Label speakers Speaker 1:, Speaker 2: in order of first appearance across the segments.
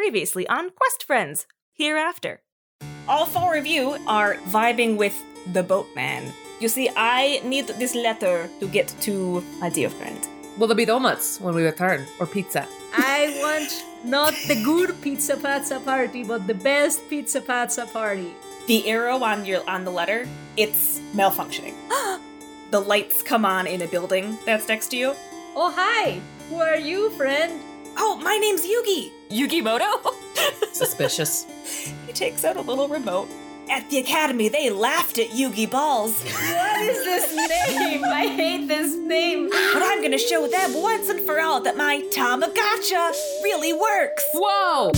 Speaker 1: Previously on Quest Friends, hereafter.
Speaker 2: All four of you are vibing with the boatman. You see, I need this letter to get to my dear friend.
Speaker 3: Will there be donuts when we return, or pizza?
Speaker 4: I want not the good pizza pizza party, but the best pizza pizza party.
Speaker 2: The arrow on your on the letter, it's malfunctioning. the lights come on in a building that's next to you.
Speaker 4: Oh hi, who are you, friend?
Speaker 2: Oh, my name's Yugi. Yugi Moto.
Speaker 3: Suspicious.
Speaker 2: he takes out a little remote. At the academy, they laughed at Yugi Balls,
Speaker 4: What is this name? I hate this name.
Speaker 2: but I'm gonna show them once and for all that my Tamagotcha really works.
Speaker 3: Whoa!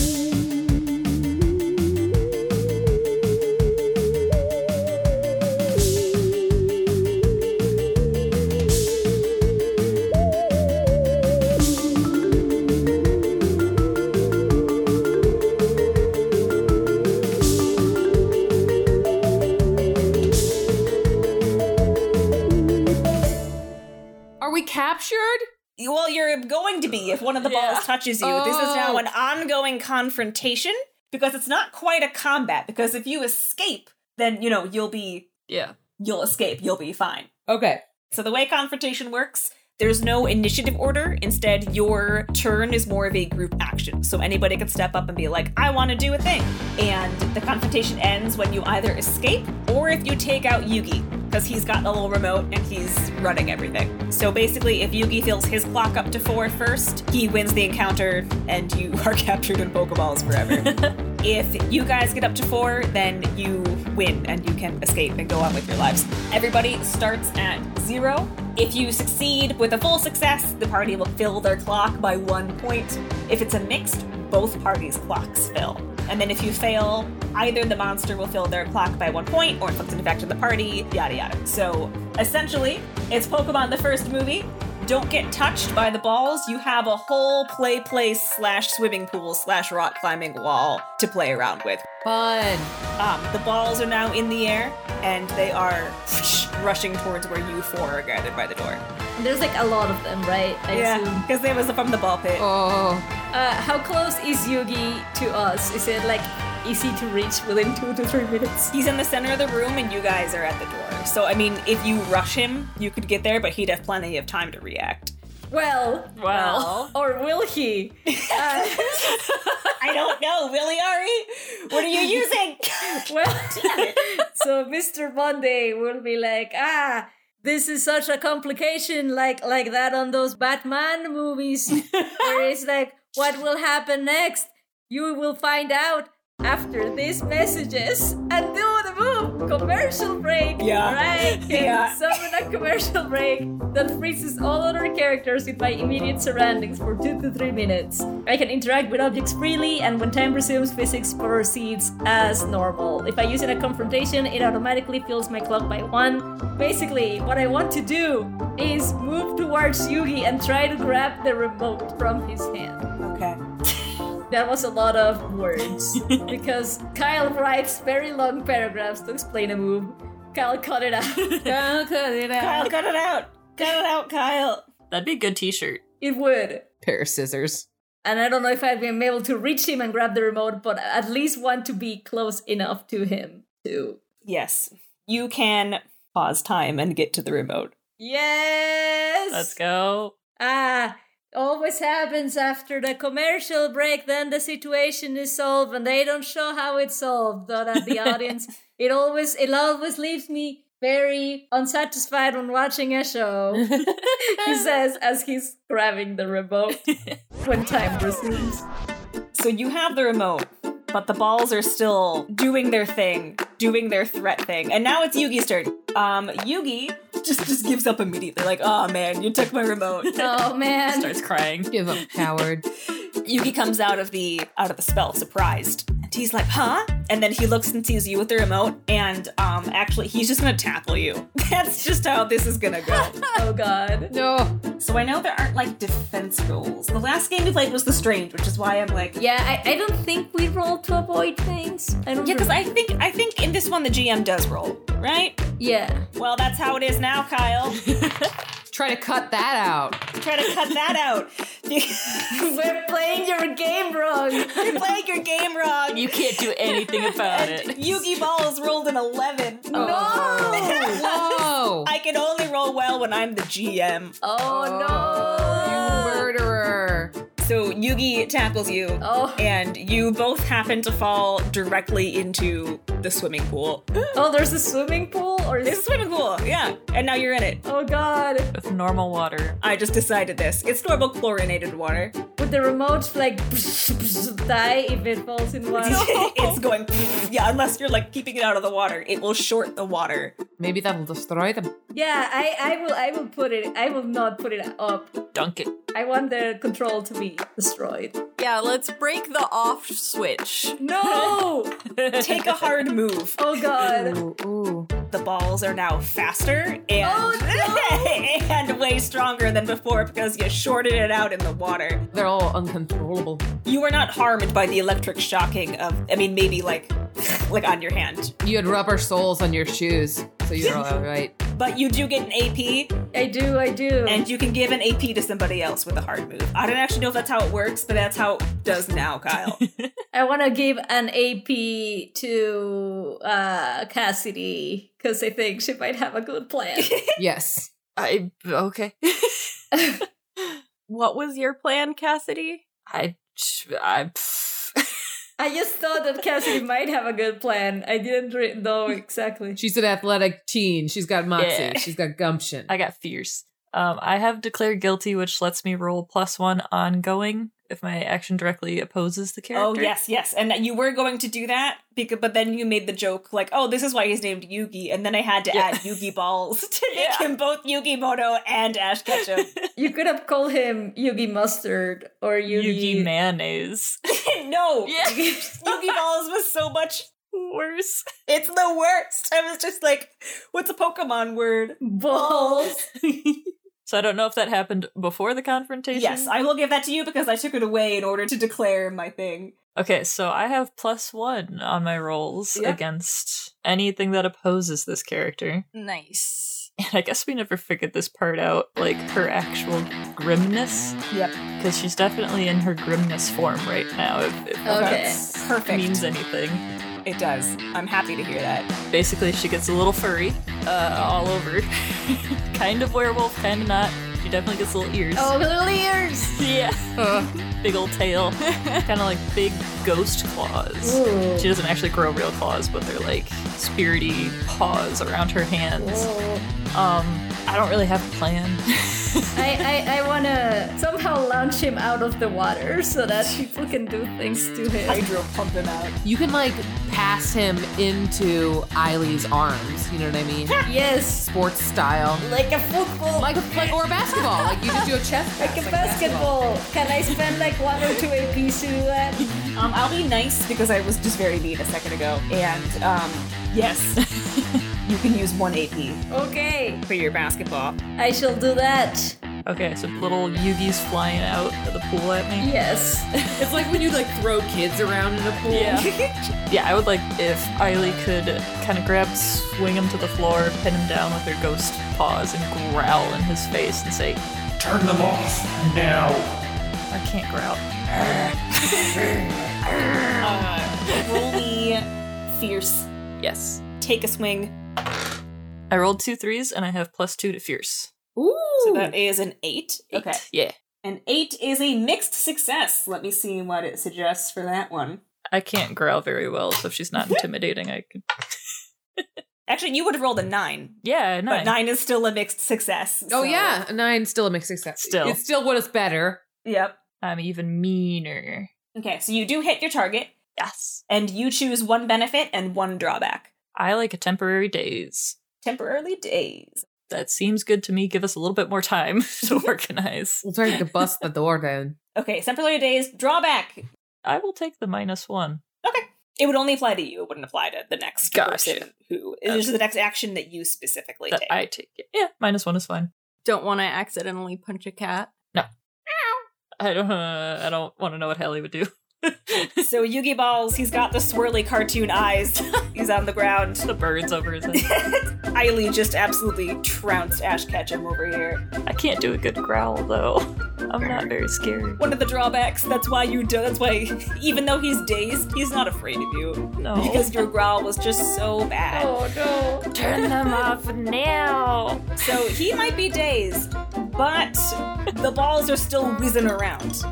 Speaker 3: Are we captured?
Speaker 2: Well, you're going to be if one of the balls touches you. This is now an ongoing confrontation because it's not quite a combat. Because if you escape, then you know you'll be
Speaker 5: Yeah.
Speaker 2: you'll escape. You'll be fine.
Speaker 3: Okay.
Speaker 2: So the way confrontation works, there's no initiative order. Instead, your turn is more of a group action. So anybody can step up and be like, "I want to do a thing," and the confrontation ends when you either escape or if you take out Yugi. Because he's got the little remote and he's running everything. So basically, if Yugi fills his clock up to four first, he wins the encounter and you are captured in Pokeballs forever. if you guys get up to four, then you win and you can escape and go on with your lives. Everybody starts at zero. If you succeed with a full success, the party will fill their clock by one point. If it's a mixed, both parties' clocks fill. And then if you fail, either the monster will fill their clock by one point or inflict an effect on the party, yada yada. So essentially, it's Pokemon the first movie. Don't get touched by the balls. You have a whole play place slash swimming pool slash rock climbing wall to play around with.
Speaker 3: Fun.
Speaker 2: Um, the balls are now in the air, and they are rushing towards where you four are gathered by the door.
Speaker 4: There's like a lot of them, right? I assume.
Speaker 2: because they was from the ball pit.
Speaker 3: Oh,
Speaker 4: Uh, how close is Yugi to us? Is it like easy to reach within two to three minutes?
Speaker 2: He's in the center of the room, and you guys are at the door. So, I mean, if you rush him, you could get there, but he'd have plenty of time to react.
Speaker 4: Well,
Speaker 5: Well.
Speaker 4: or will he? Uh,
Speaker 2: I don't know, Willie Ari. What are you using?
Speaker 4: well, so Mr. Monday will be like, ah, this is such a complication, like like that on those Batman movies, where it's like, what will happen next? You will find out after these messages and do the move commercial break
Speaker 2: Yeah.
Speaker 4: right Can
Speaker 2: Yeah.
Speaker 4: summon a commercial break that freezes all other characters in my immediate surroundings for two to three minutes i can interact with objects freely and when time resumes physics proceeds as normal if i use it in a confrontation it automatically fills my clock by one basically what i want to do is move towards yugi and try to grab the remote from his hand
Speaker 2: okay.
Speaker 4: that was a lot of words because Kyle writes very long paragraphs to explain a move. Kyle cut it out.
Speaker 2: Kyle, cut it out. Cut it out, Kyle.
Speaker 5: That'd be a good t shirt.
Speaker 4: it would.
Speaker 3: pair of scissors.
Speaker 4: And I don't know if I'd been able to reach him and grab the remote, but I at least want to be close enough to him to.
Speaker 2: Yes, you can pause time and get to the remote.
Speaker 4: Yes!
Speaker 5: Let's go.
Speaker 4: Ah, always happens after the commercial break, then the situation is solved and they don't show how it's solved. But at the audience, it always it always leaves me very unsatisfied when watching a show. he says as he's grabbing the remote when time resumes.
Speaker 2: So you have the remote, but the balls are still doing their thing, doing their threat thing. And now it's Yugi's turn. Um, Yugi just just gives up immediately, like, oh man, you took my remote.
Speaker 4: Oh man.
Speaker 5: Starts crying.
Speaker 3: Give up, coward.
Speaker 2: Yugi comes out of the out of the spell, surprised. And he's like, huh? And then he looks and sees you with the remote, and um actually he's just gonna tackle you. That's just how this is gonna go.
Speaker 4: Oh god.
Speaker 3: No.
Speaker 2: so I know there aren't like defense rules. The last game we played was the strange, which is why I'm like
Speaker 4: Yeah, I, I don't think we roll to avoid things. I don't
Speaker 2: Yeah, because
Speaker 4: rem-
Speaker 2: I think I think in this one the GM does roll, right?
Speaker 4: Yeah.
Speaker 2: Well, that's how it is now, Kyle.
Speaker 3: Try to cut that out.
Speaker 2: Try to cut that out.
Speaker 4: We're playing your game wrong.
Speaker 2: You're playing your game wrong.
Speaker 5: You can't do anything about it.
Speaker 2: Yugi Balls rolled an 11.
Speaker 4: Oh.
Speaker 2: Oh.
Speaker 4: No!
Speaker 3: Whoa.
Speaker 2: I can only roll well when I'm the GM.
Speaker 4: Oh
Speaker 3: You
Speaker 4: no!
Speaker 3: murderer.
Speaker 2: So Yugi tackles you,
Speaker 4: Oh.
Speaker 2: and you both happen to fall directly into the swimming pool.
Speaker 4: Oh, there's a swimming pool, or
Speaker 2: There's a
Speaker 4: is
Speaker 2: swimming pool, yeah, and now you're in it.
Speaker 4: oh god,
Speaker 5: With normal water.
Speaker 2: I just decided this. It's normal chlorinated water.
Speaker 4: would the remote like die if it falls in one?
Speaker 2: it's going, yeah, unless you're like keeping it out of the water, it will short the water.
Speaker 3: Maybe that'll destroy them.
Speaker 4: Yeah, I, I will I will put it I will not put it up.
Speaker 5: Dunk it.
Speaker 4: I want the control to be destroyed.
Speaker 6: Yeah, let's break the off switch.
Speaker 4: No!
Speaker 2: Take a hard move.
Speaker 4: oh god.
Speaker 3: Ooh, ooh.
Speaker 2: The balls are now faster and
Speaker 4: Oh,
Speaker 2: and way stronger than before because you shorted it out in the water.
Speaker 3: They're all uncontrollable.
Speaker 2: You were not harmed by the electric shocking of, I mean, maybe like, like on your hand,
Speaker 3: You had rubber soles on your shoes, so you're all right.
Speaker 2: but you do get an AP,
Speaker 4: I do, I do.
Speaker 2: and you can give an AP to somebody else with a hard move. I don't actually know if that's how it works, but that's how it does now, Kyle.
Speaker 4: I wanna give an AP to uh Cassidy, because I think she might have a good plan.
Speaker 3: Yes.
Speaker 6: I okay.
Speaker 1: What was your plan, Cassidy?
Speaker 6: I I
Speaker 4: I just thought that Cassidy might have a good plan. I didn't re- know exactly.
Speaker 3: She's an athletic teen. She's got moxie.
Speaker 5: Yeah.
Speaker 3: She's got gumption.
Speaker 5: I got fierce. Um, I have declared guilty, which lets me roll plus one ongoing if my action directly opposes the
Speaker 2: oh
Speaker 5: character.
Speaker 2: yes, yes, and you were going to do that, because, but then you made the joke like, oh, this is why he's named Yugi, and then I had to
Speaker 5: Yeah.
Speaker 2: add Yugi balls to make
Speaker 5: Yeah.
Speaker 2: him both Yugi Moto and Ash Ketchum.
Speaker 4: You could have called him Yugi Mustard or Yugi,
Speaker 5: Yugi mayonnaise.
Speaker 2: no,
Speaker 5: Yeah.
Speaker 2: Yugi balls was so much.
Speaker 5: Worse.
Speaker 2: It's the worst. I was just like, what's a Pokemon word?
Speaker 4: Balls.
Speaker 5: So I don't know if that happened before the confrontation.
Speaker 2: Yes, I will give that to you because I took it away in order to declare my thing.
Speaker 5: okay, so I have plus one on my rolls
Speaker 2: Yeah.
Speaker 5: against anything that opposes this character.
Speaker 6: nice.
Speaker 5: And I guess we never figured this part out, like her actual grimness.
Speaker 2: Yep.
Speaker 5: Because she's definitely in her grimness form right now, if, if
Speaker 4: Okay.
Speaker 5: that
Speaker 2: Perfect.
Speaker 5: means anything.
Speaker 2: it does. I'm happy to hear that.
Speaker 5: Basically, she gets a little furry uh, all over. kind of werewolf, kind of not. She definitely gets little ears.
Speaker 4: Oh, little ears.
Speaker 5: Yeah. Big old tail. kind of like big ghost claws.
Speaker 4: Ooh.
Speaker 5: She doesn't actually grow real claws, but they're like spirity paws around her hands.
Speaker 4: Ooh.
Speaker 5: Um, I don't really have a plan.
Speaker 4: I, I, I want to somehow launch him out of the water so that people can do things to him.
Speaker 2: Hydro pumped them out.
Speaker 3: You can like pass him into Eileen's arms. You know what I mean?
Speaker 4: Yes,
Speaker 3: Sports style.
Speaker 4: like a football,
Speaker 3: Like, like or basketball. Like you just do a chest pass.
Speaker 4: like a basketball. Can I spend like one or two APs to do that?
Speaker 2: Um, I'll be nice because I was just very mean a second ago. And um, yes, you can use one AP
Speaker 4: Okay,
Speaker 2: for your basketball.
Speaker 4: I shall do that.
Speaker 5: okay, so little Yugi's flying out of the pool at me.
Speaker 4: Yes.
Speaker 3: It's like when you like throw kids around in a pool.
Speaker 5: Yeah. yeah, I would like if Eily could kind of grab, swing him to the floor, pin him down with her ghost paws, and growl in his face and say,
Speaker 7: Turn them off now.
Speaker 5: I can't growl.
Speaker 2: Uh, Roll me fierce.
Speaker 5: Yes.
Speaker 2: Take a swing.
Speaker 5: I rolled two threes and I have plus two to fierce.
Speaker 3: Ooh.
Speaker 2: So that is an eight.
Speaker 5: Eight.
Speaker 2: Okay.
Speaker 5: Yeah.
Speaker 2: An eight is a mixed success. Let me see what it suggests for that one.
Speaker 5: I can't growl very well, so if she's not intimidating, I could.
Speaker 2: Actually, you would have rolled a nine,
Speaker 5: Yeah, nine.
Speaker 2: but nine is still a mixed success. so-
Speaker 3: Oh yeah, a nine's still a mixed success.
Speaker 5: Still.
Speaker 3: it's still what is better.
Speaker 2: Yep.
Speaker 5: I'm even meaner.
Speaker 2: Okay, so you do hit your target,
Speaker 5: Yes.
Speaker 2: and you choose one benefit and one drawback.
Speaker 5: I like a temporary daze.
Speaker 2: Temporarily days.
Speaker 5: That seems good to me. Give us a little bit more time to organize.
Speaker 3: We'll try to bust the door down.
Speaker 2: Okay, temporarily days, drawback.
Speaker 5: I will take the minus one.
Speaker 2: It would only apply to you. It wouldn't apply to the next
Speaker 5: Gotcha.
Speaker 2: person who. It's just the next action that you specifically
Speaker 5: That
Speaker 2: take.
Speaker 5: I take it. Yeah, minus one is fine.
Speaker 6: Don't want to accidentally punch a cat.
Speaker 5: I don't. Uh, I don't want to know what Hallie would do.
Speaker 2: so Yugi Balls, he's got the swirly cartoon eyes. he's on the ground.
Speaker 5: The bird's over his head.
Speaker 2: Eily just absolutely trounced Ash Ketchum over here.
Speaker 5: I can't do a good growl though. I'm not very scary.
Speaker 2: One of the drawbacks, that's why you do, that's why, even though he's dazed, he's not afraid of you.
Speaker 5: No.
Speaker 2: Because your growl was just so bad.
Speaker 1: Oh,
Speaker 6: Turn them off now.
Speaker 2: So he might be dazed, but the balls are still whizzing around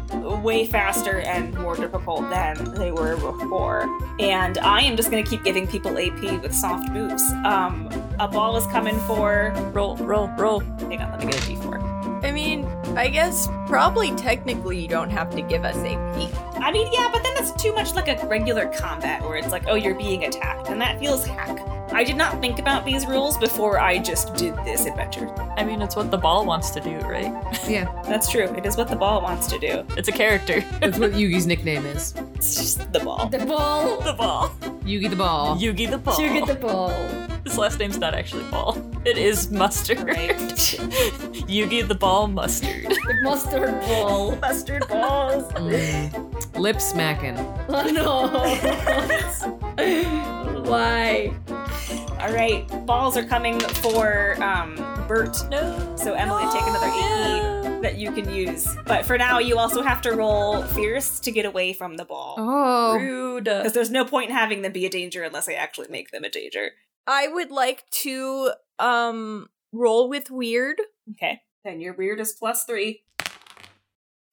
Speaker 2: way faster and more difficult than they were before. And I am just going to keep giving people AP with soft moves. Um, a ball is coming for.
Speaker 5: Roll, roll, roll.
Speaker 2: Hang on, let me get a d4.
Speaker 1: I mean, I guess probably technically you don't have to give us AP.
Speaker 2: I mean, yeah, but then it's too much like a regular combat where it's like, oh, you're being attacked, and that feels hack. I did not think about these rules before I just did this adventure.
Speaker 5: I mean, it's what the ball wants to do, right?
Speaker 2: That's true. It is what the ball wants to do.
Speaker 5: It's a character.
Speaker 3: That's what Yugi's nickname is.
Speaker 2: It's just the ball.
Speaker 4: The ball.
Speaker 5: The ball.
Speaker 3: Yugi the ball.
Speaker 5: Yugi the ball.
Speaker 4: You get the ball.
Speaker 5: His last name's not actually Ball. It is Mustard.
Speaker 2: Right.
Speaker 5: Yugi the Ball Mustard.
Speaker 4: The mustard ball.
Speaker 2: Mustard balls.
Speaker 3: Mm. Lip smacking.
Speaker 4: Oh no. Why?
Speaker 2: All right, balls are coming for um, Bert.
Speaker 5: No.
Speaker 2: So Emily, take another
Speaker 5: Oh,
Speaker 2: E. AP that you can use. But for now, you also have to roll fierce to get away from the ball.
Speaker 3: Oh.
Speaker 5: Rude.
Speaker 2: Because there's no point in having them be a danger unless I actually make them a danger.
Speaker 1: I would like to um roll with weird.
Speaker 2: Okay. Then your weird is plus three.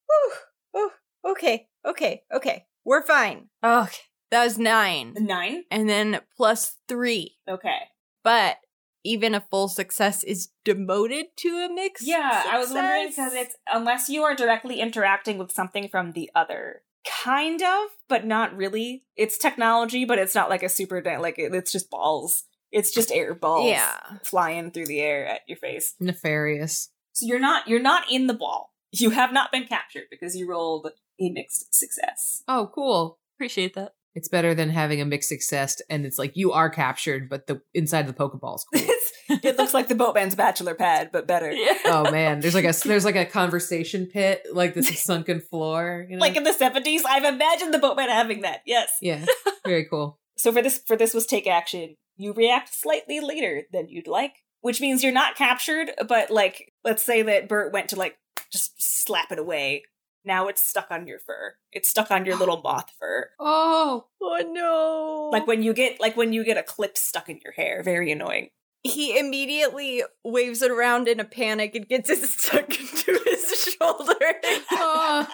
Speaker 1: Whew. Whew. Okay, okay, okay. We're fine.
Speaker 6: Okay.
Speaker 1: That was nine.
Speaker 2: Nine.
Speaker 1: And then plus three.
Speaker 2: Okay.
Speaker 1: But even a full success is demoted to a mix.
Speaker 2: Yeah, I was wondering because it's unless you are directly interacting with something from the other, kind of, but not really. It's technology, but it's not like a super di- like it- it's just balls. It's just air balls,
Speaker 1: Yeah.
Speaker 2: flying through the air at your face.
Speaker 3: Nefarious.
Speaker 2: So you're not you're not in the ball. You have not been captured because you rolled a mixed success.
Speaker 3: Oh, cool.
Speaker 5: Appreciate that.
Speaker 3: It's better than having a mixed success and it's like you are captured, but the inside of the Pokeball's cool.
Speaker 2: It's- it looks like the boatman's bachelor pad, but better.
Speaker 5: Yeah.
Speaker 3: oh man, there's like a there's like a conversation pit, like this is sunken floor. You know?
Speaker 2: Like in the seventies, I've imagined the boatman having that. Yes.
Speaker 3: yeah, very cool.
Speaker 2: So for this for this was take action. You react slightly later than you'd like, which means you're not captured, but like let's say that Bert went to like just slap it away. Now it's stuck on your fur. It's stuck on your little moth fur.
Speaker 3: Oh,
Speaker 1: Oh no.
Speaker 2: Like when you get like when you get a clip stuck in your hair. Very annoying.
Speaker 1: he immediately waves it around in a panic and gets it stuck into his shoulder.
Speaker 3: oh.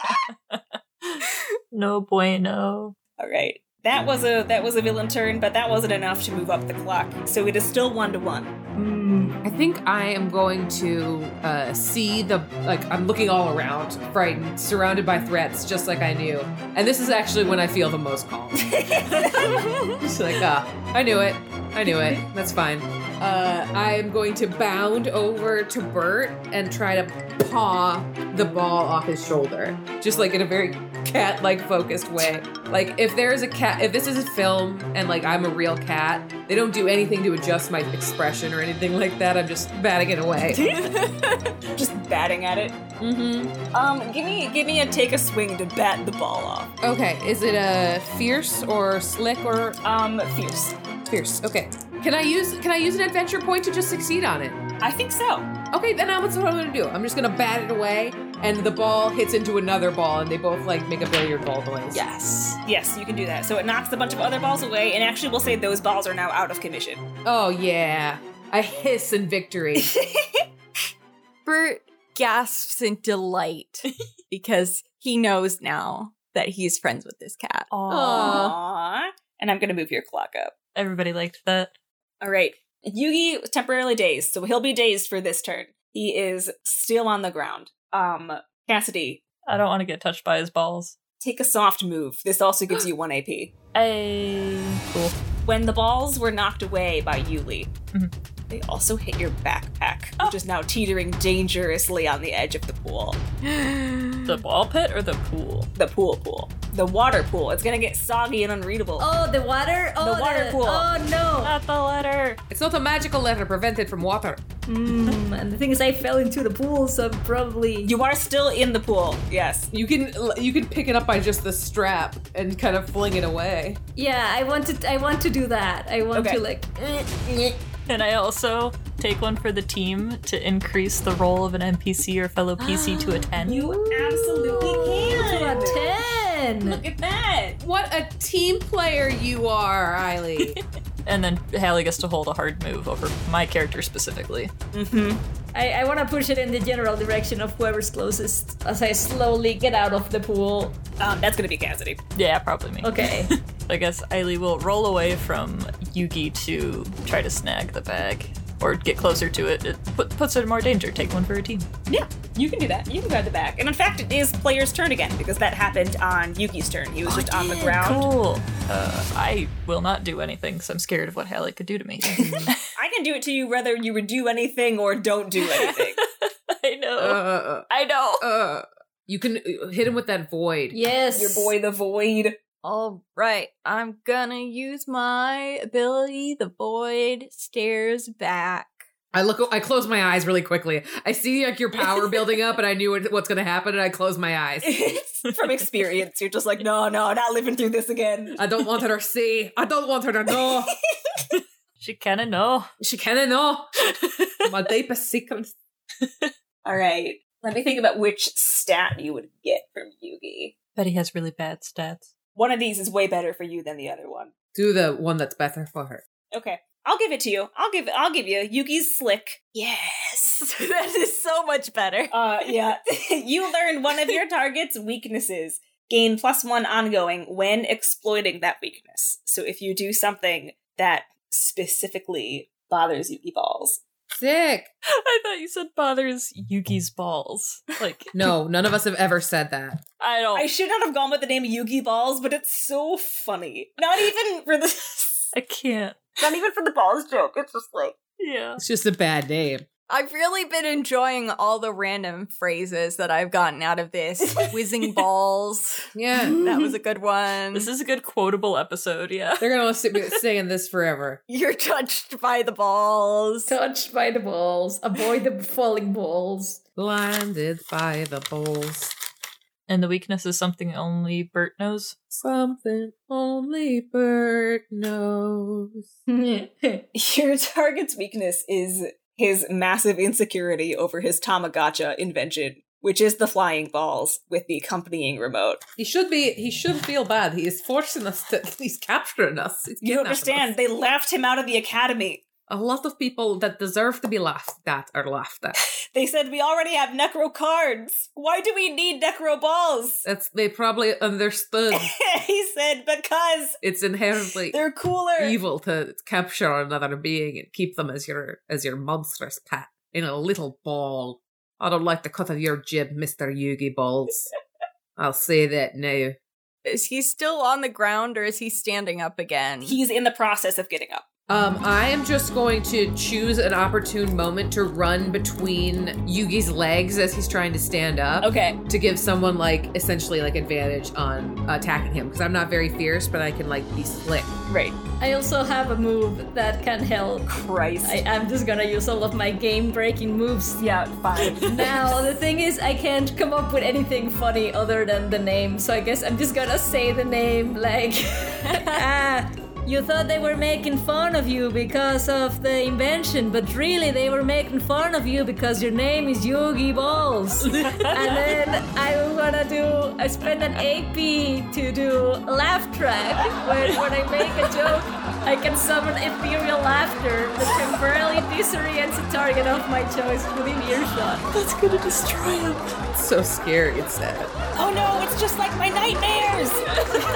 Speaker 5: No bueno.
Speaker 2: All right. That was a that was a villain turn, but that wasn't enough to move up the clock. So it is still one to one.
Speaker 3: I think I am going to uh, see the like I'm looking all around, frightened, surrounded by threats, just like I knew. And this is actually when I feel the most calm. It's like ah, I knew it, I knew it. That's fine. Uh, I am going to bound over to Bert and try to paw the ball off his shoulder, just like in a very cat-like focused way. Like if there is a cat, if this is a film and like I'm a real cat, they don't do anything to adjust my expression or anything like that. I'm just batting it away.
Speaker 2: Just batting at it.
Speaker 3: mm-hmm.
Speaker 2: Um, give me give me a take a swing to bat the ball off.
Speaker 3: Okay, is it a fierce or slick or
Speaker 2: Um, fierce.
Speaker 3: fierce? Okay, can I use can I use an adventure point to just succeed on it?
Speaker 2: I think so.
Speaker 3: Okay, then I- that's what I'm gonna do. I'm just gonna bat it away, and the ball hits into another ball, and they both like make a billiard ball noise.
Speaker 5: Yes.
Speaker 2: Yes, you can do that. So it knocks a bunch of other balls away, and actually, we'll say those balls are now out of commission.
Speaker 3: Oh yeah, I hiss in victory.
Speaker 1: Bert gasps in delight because he knows now that he's friends with this cat.
Speaker 5: Aww.
Speaker 1: Aw.
Speaker 2: Aww. And I'm gonna move your clock up.
Speaker 5: Everybody liked that.
Speaker 2: All right. Yugi was temporarily dazed, so he'll be dazed for this turn. He is still on the ground. Um, Cassidy,
Speaker 5: I don't want to get touched by his balls.
Speaker 2: take a soft move. This also gives you one AP.
Speaker 5: Hey. Cool.
Speaker 2: When the balls were knocked away by Yuli,
Speaker 5: Mhm.
Speaker 2: They also hit your backpack, which is now teetering dangerously on the edge of the pool.
Speaker 5: The ball pit or the pool?
Speaker 2: The pool pool. The water pool. It's gonna get soggy and unreadable.
Speaker 4: Oh, the water. Oh,
Speaker 2: water pool.
Speaker 4: Oh no.
Speaker 6: Not the letter.
Speaker 3: It's not a magical letter. Prevent it from water.
Speaker 4: Mm, and the thing is, I fell into the pool, so I'm probably.
Speaker 2: You are still in the pool. Yes.
Speaker 3: You can you can pick it up by just the strap and kind of fling it away.
Speaker 4: Yeah, I want to. I want to do that. I want
Speaker 2: Okay.
Speaker 4: to like. eh,
Speaker 5: And I also take one for the team to increase the role of an NPC or fellow PC to a 10.
Speaker 2: absolutely
Speaker 4: to a ten.
Speaker 2: Look at that.
Speaker 3: What a team player you are, Riley.
Speaker 5: and then Hallie gets to hold a hard move over my character specifically.
Speaker 4: I, I want to push it in the general direction of whoever's closest as I slowly get out of the pool.
Speaker 2: Um, that's gonna be Cassidy.
Speaker 5: Yeah, probably me.
Speaker 4: Okay.
Speaker 5: I guess Eileen will roll away from Yugi to try to snag the bag or get closer to it. It put, puts her in more danger. Take one for a team.
Speaker 2: Yeah, you can do that. You can grab the back. And in fact, it is player's turn again because that happened on Yuki's turn. He was just on the ground.
Speaker 5: Cool. Uh, I will not do anything because I'm scared of what Hallie could do to me.
Speaker 2: I can do it to you whether you would do anything or don't do anything.
Speaker 5: I know.
Speaker 3: uh,
Speaker 5: I know.
Speaker 3: uh, you can uh, hit him with that void.
Speaker 4: yes.
Speaker 2: Your boy, the void.
Speaker 1: All right, I'm gonna use my ability. The void stares back.
Speaker 3: I look. I close my eyes really quickly. I see like your power building up, and I knew what, what's going to happen, and I close my eyes.
Speaker 2: From experience, you're just like, no, no, not living through this again.
Speaker 3: I don't want her to see. I don't want her to know.
Speaker 5: She kind of know.
Speaker 3: She cannot know. My deepest secret.
Speaker 2: All right. Let me think about which stat you would get from Yugi.
Speaker 5: But he has really bad stats.
Speaker 2: One of these is way better for you than the other one.
Speaker 3: Do the one that's better for her.
Speaker 2: Okay. I'll give it to you. I'll give I'll give you Yugi's slick.
Speaker 1: Yes, that is so much better.
Speaker 2: Uh, yeah. you learn one of your target's weaknesses. Gain plus one ongoing when exploiting that weakness. So if you do something that specifically bothers Yuki Balls.
Speaker 3: Sick.
Speaker 5: I thought you said bothers Yugi's balls. Like,
Speaker 3: No, none of us have ever said that.
Speaker 5: I don't.
Speaker 2: I should not have gone with the name Yugi Balls, but it's so funny. Not even for the
Speaker 5: I can't.
Speaker 2: not even for the balls joke. It's just like
Speaker 5: Yeah.
Speaker 3: It's just a bad name.
Speaker 1: I've really been enjoying all the random phrases that I've gotten out of this. Whizzing balls.
Speaker 3: Yeah,
Speaker 1: That was a good one.
Speaker 5: This is a good quotable episode, yeah.
Speaker 3: they're gonna listen to singing this forever.
Speaker 1: You're touched by the balls.
Speaker 4: Touched by the balls. Avoid the falling balls.
Speaker 3: Blinded by the bowls,
Speaker 5: And the weakness is something only Bert knows.
Speaker 3: something only Bert knows.
Speaker 2: your target's weakness is his massive insecurity over his Tamagotcha invention, which is the flying balls with the accompanying remote.
Speaker 3: He should be. He should feel bad. He is forcing us to. He's capturing us. He's
Speaker 2: You
Speaker 3: kidnapping
Speaker 2: understand?
Speaker 3: us.
Speaker 2: They laughed him out of the academy.
Speaker 3: A lot of people that deserve to be laughed at are laughed at.
Speaker 2: They said we already have necro cards. Why do we need necro balls?
Speaker 3: That's they probably understood.
Speaker 2: he said because
Speaker 3: It's inherently
Speaker 2: they're cooler.
Speaker 3: evil to capture another being and keep them as your as your monstrous pet in a little ball. I don't like the cut of your jib, Mister Yugi Balls. I'll say that now.
Speaker 1: Is he still on the ground or is he standing up again?
Speaker 2: He's in the process of getting up.
Speaker 3: Um, I am just going to choose an opportune moment to run between Yugi's legs as he's trying to stand up.
Speaker 2: Okay.
Speaker 3: to give someone like essentially like advantage on attacking him because I'm not very fierce, but I can like be slick.
Speaker 2: Right.
Speaker 4: I also have a move that can help.
Speaker 2: Christ.
Speaker 4: I, I'm just gonna use all of my game breaking moves.
Speaker 2: yeah, fine.
Speaker 4: Now, the thing is, I can't come up with anything funny other than the name, so I guess I'm just gonna say the name like. ah, you thought they were making fun of you because of the invention, but really they were making fun of you because your name is Yogi Balls. and then I'm gonna do. I spend an AP to do laugh track, where when I make a joke, I can summon ethereal laughter that temporarily disorients the target of my choice within earshot.
Speaker 3: It's so scary, it's sad.
Speaker 2: oh no, it's just like my nightmares.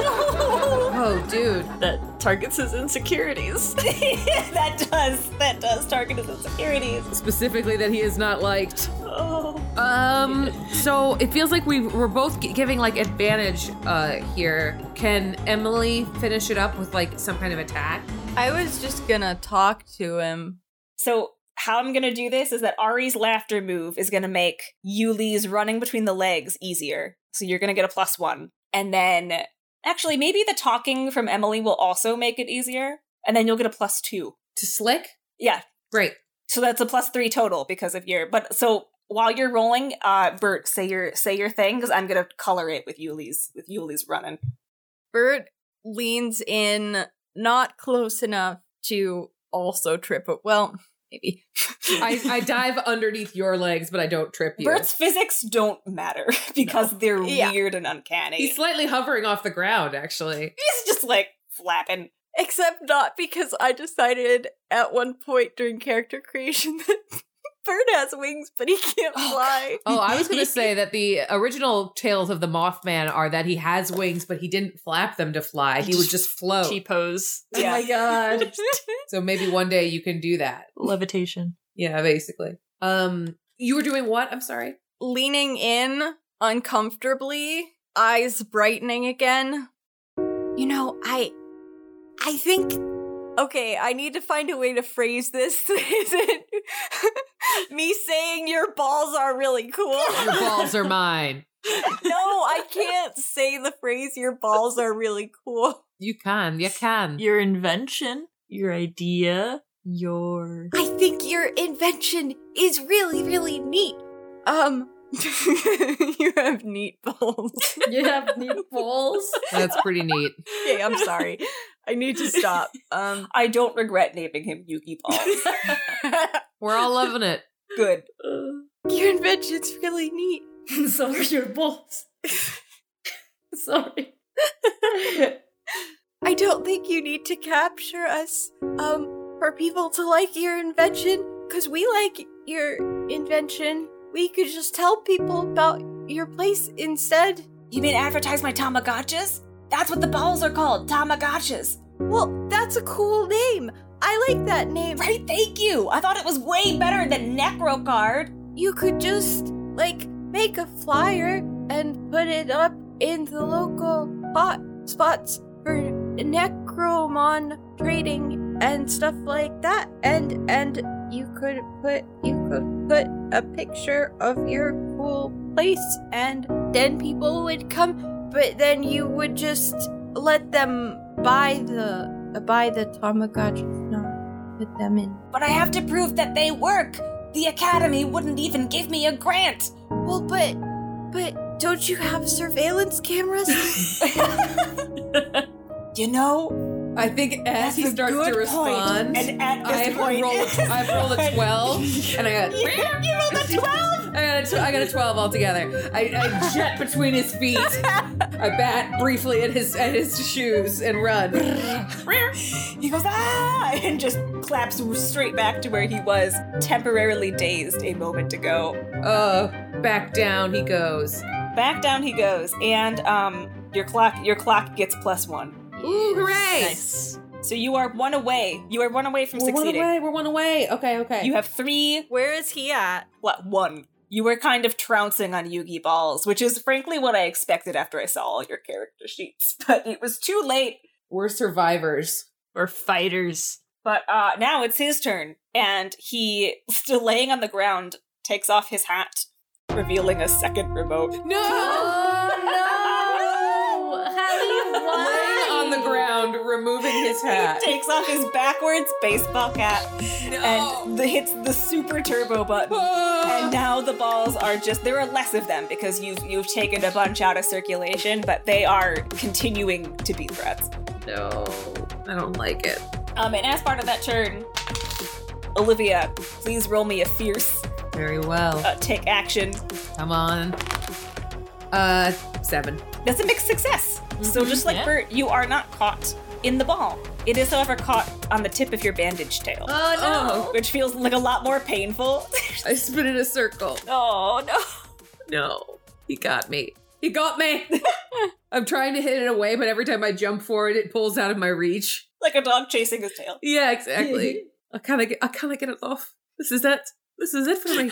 Speaker 3: Oh, dude.
Speaker 5: That targets his insecurities.
Speaker 2: that does. That does target his insecurities.
Speaker 3: Specifically, that he is not liked.
Speaker 2: Oh.
Speaker 3: Um, so it feels like we we're both gi- giving like advantage uh here. Can Emily finish it up with like some kind of attack?
Speaker 1: I was just gonna talk to him
Speaker 2: So how I'm gonna do this is that Ari's laughter move is gonna make Yuli's running between the legs easier. So you're gonna get a plus one. And then actually maybe the talking from Emily will also make it easier. And then you'll get a plus two.
Speaker 3: To slick?
Speaker 2: Yeah.
Speaker 3: Great.
Speaker 2: So that's a plus three total because of your but so while you're rolling, uh Bert, say your say your thing, because I'm gonna color it with Yuli's with Yuli's running.
Speaker 1: Bert leans in, not close enough to also trip. o- Well, maybe.
Speaker 3: I, I dive underneath your legs, but I don't trip you.
Speaker 2: Bert's physics don't matter because they're
Speaker 1: Yeah.
Speaker 2: weird and uncanny.
Speaker 3: He's slightly hovering off the ground, actually.
Speaker 2: He's just like flapping.
Speaker 1: Except not because I decided at one point during character creation that Bird has wings, but he can't fly.
Speaker 3: Oh, I was going to say that the original tales of the Mothman are that he has wings, but he didn't flap them to fly. He would just float.
Speaker 5: T pose,
Speaker 4: Oh my god.
Speaker 3: So maybe one day you can do that.
Speaker 5: levitation.
Speaker 3: Yeah, basically. Um, you were doing what? I'm sorry.
Speaker 1: Leaning in uncomfortably, eyes brightening again. You know, I I think okay, I need to find a way to phrase this that isn't me saying your balls are really cool.
Speaker 3: Your balls are mine.
Speaker 1: no, I can't say the phrase your balls are really cool.
Speaker 3: You can. You can.
Speaker 5: Your invention, your idea, your.
Speaker 1: I think your invention is really, really neat. Um, you have neat balls.
Speaker 4: You have neat balls.
Speaker 3: That's pretty neat.
Speaker 1: okay, I'm sorry. I need to stop. Um,
Speaker 2: I don't regret naming him Yuki Balls.
Speaker 3: We're all loving it.
Speaker 2: Good.
Speaker 1: your invention's really neat.
Speaker 4: so are your balls. Sorry.
Speaker 1: I don't think you need to capture us, um, for people to like your invention, because we like your invention. We could just tell people about your place instead.
Speaker 2: You mean advertise my Tamagotchas? That's what the balls are called, Tamagotchas.
Speaker 1: Well, that's a cool name. I like that name.
Speaker 2: Right, thank you. I thought it was way better than Necrocard.
Speaker 1: you could just like make a flyer and put it up in the local hot spots for necromon trading and stuff like that and and you could put you could put a picture of your cool place and then people would come but then you would just let them buy the buy the tamagotchi no put them in
Speaker 2: But I have to prove that they work. The Academy wouldn't even give me a grant.
Speaker 1: Well, but but don't you have surveillance cameras?
Speaker 2: You know,
Speaker 3: I think
Speaker 2: that's
Speaker 3: as he
Speaker 2: a
Speaker 3: starts
Speaker 2: good
Speaker 3: to respond,
Speaker 2: point. And at
Speaker 3: I
Speaker 2: this
Speaker 3: have
Speaker 2: point,
Speaker 3: rolled. I've rolled a twelve, and I got.
Speaker 2: you, you rolled a twelve.
Speaker 3: I got, a tw- I got a 12 altogether. I, I jet between his feet. I bat briefly at his at his shoes and run.
Speaker 2: He goes ah, and just claps straight back to where he was, temporarily dazed a moment ago.
Speaker 3: Uh, back down he goes.
Speaker 2: Back down he goes, and um, your clock your clock gets plus one.
Speaker 3: Ooh, hooray!
Speaker 5: Nice.
Speaker 2: So you are one away. You are one away from
Speaker 3: We're one
Speaker 2: succeeding.
Speaker 3: away. We're one away. Okay, okay.
Speaker 2: You have three.
Speaker 1: Where is he at?
Speaker 2: What one? You were kind of trouncing on Yugi balls, which is frankly what I expected after I saw all your character sheets. But it was too late.
Speaker 3: We're survivors.
Speaker 5: Or fighters.
Speaker 2: But uh, now it's his turn, and he, still laying on the ground, takes off his hat, revealing a second remote.
Speaker 3: No!
Speaker 4: Oh no! Hallie, why?
Speaker 3: Laying on the ground, removing his hat.
Speaker 2: He takes off his backwards baseball cap and the, hits the super turbo button. And now the balls are just there are less of them because you've you've taken a bunch out of circulation, but they are continuing to be threats.
Speaker 3: No, I don't like it.
Speaker 2: Um and as part of that turn, Olivia, please roll me a fierce
Speaker 3: Very well.
Speaker 2: uh, take action.
Speaker 3: Come on. Uh, seven.
Speaker 2: That's a mixed success. So just like
Speaker 5: yeah.
Speaker 2: Bert, you are not caught in the ball. It is however caught on the tip of your bandage tail.
Speaker 4: Oh no!
Speaker 2: Which feels like a lot more painful.
Speaker 3: I spin in a circle.
Speaker 2: oh no.
Speaker 3: No, he got me. He got me. I'm trying to hit it away, but every time I jump forward, it pulls out of my reach.
Speaker 2: like a dog chasing his tail.
Speaker 3: Yeah, exactly. I kind of get. I kind of get it off. This is it. This is it for me.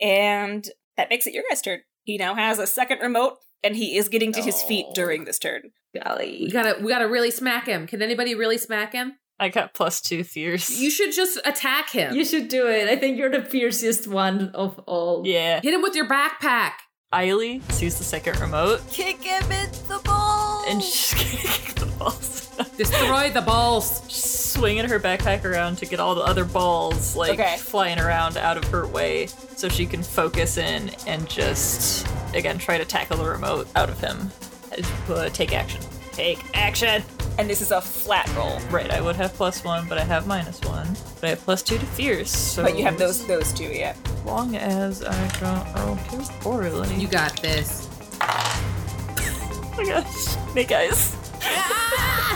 Speaker 2: And that makes it your guys' turn. He now has a second remote, and he is getting to his feet
Speaker 3: No.
Speaker 2: during this turn.
Speaker 3: We
Speaker 4: Golly.
Speaker 3: gotta. We gotta really smack him. Can anybody really smack him?
Speaker 5: I got plus two fears.
Speaker 3: You should just attack him.
Speaker 4: You should do it. I think you're the fiercest one of all.
Speaker 5: yeah.
Speaker 3: Hit him with your backpack.
Speaker 5: Eily sees the second remote
Speaker 1: Kick him in the balls.
Speaker 5: and she's gonna kick the balls.
Speaker 3: Destroy the balls.
Speaker 5: She's swinging her backpack around to get all the other balls like
Speaker 2: Okay.
Speaker 5: flying around out of her way so she can focus in and just again try to tackle the remote out of him. Uh, take action. Take action.
Speaker 2: And this is a flat roll.
Speaker 5: Right, I would have plus one, but I have minus one. But I have plus two to fierce. So
Speaker 2: But you have those those two, yeah.
Speaker 5: As long as I don't oh here's poorly.
Speaker 3: You got this.
Speaker 5: oh my gosh. Make eyes.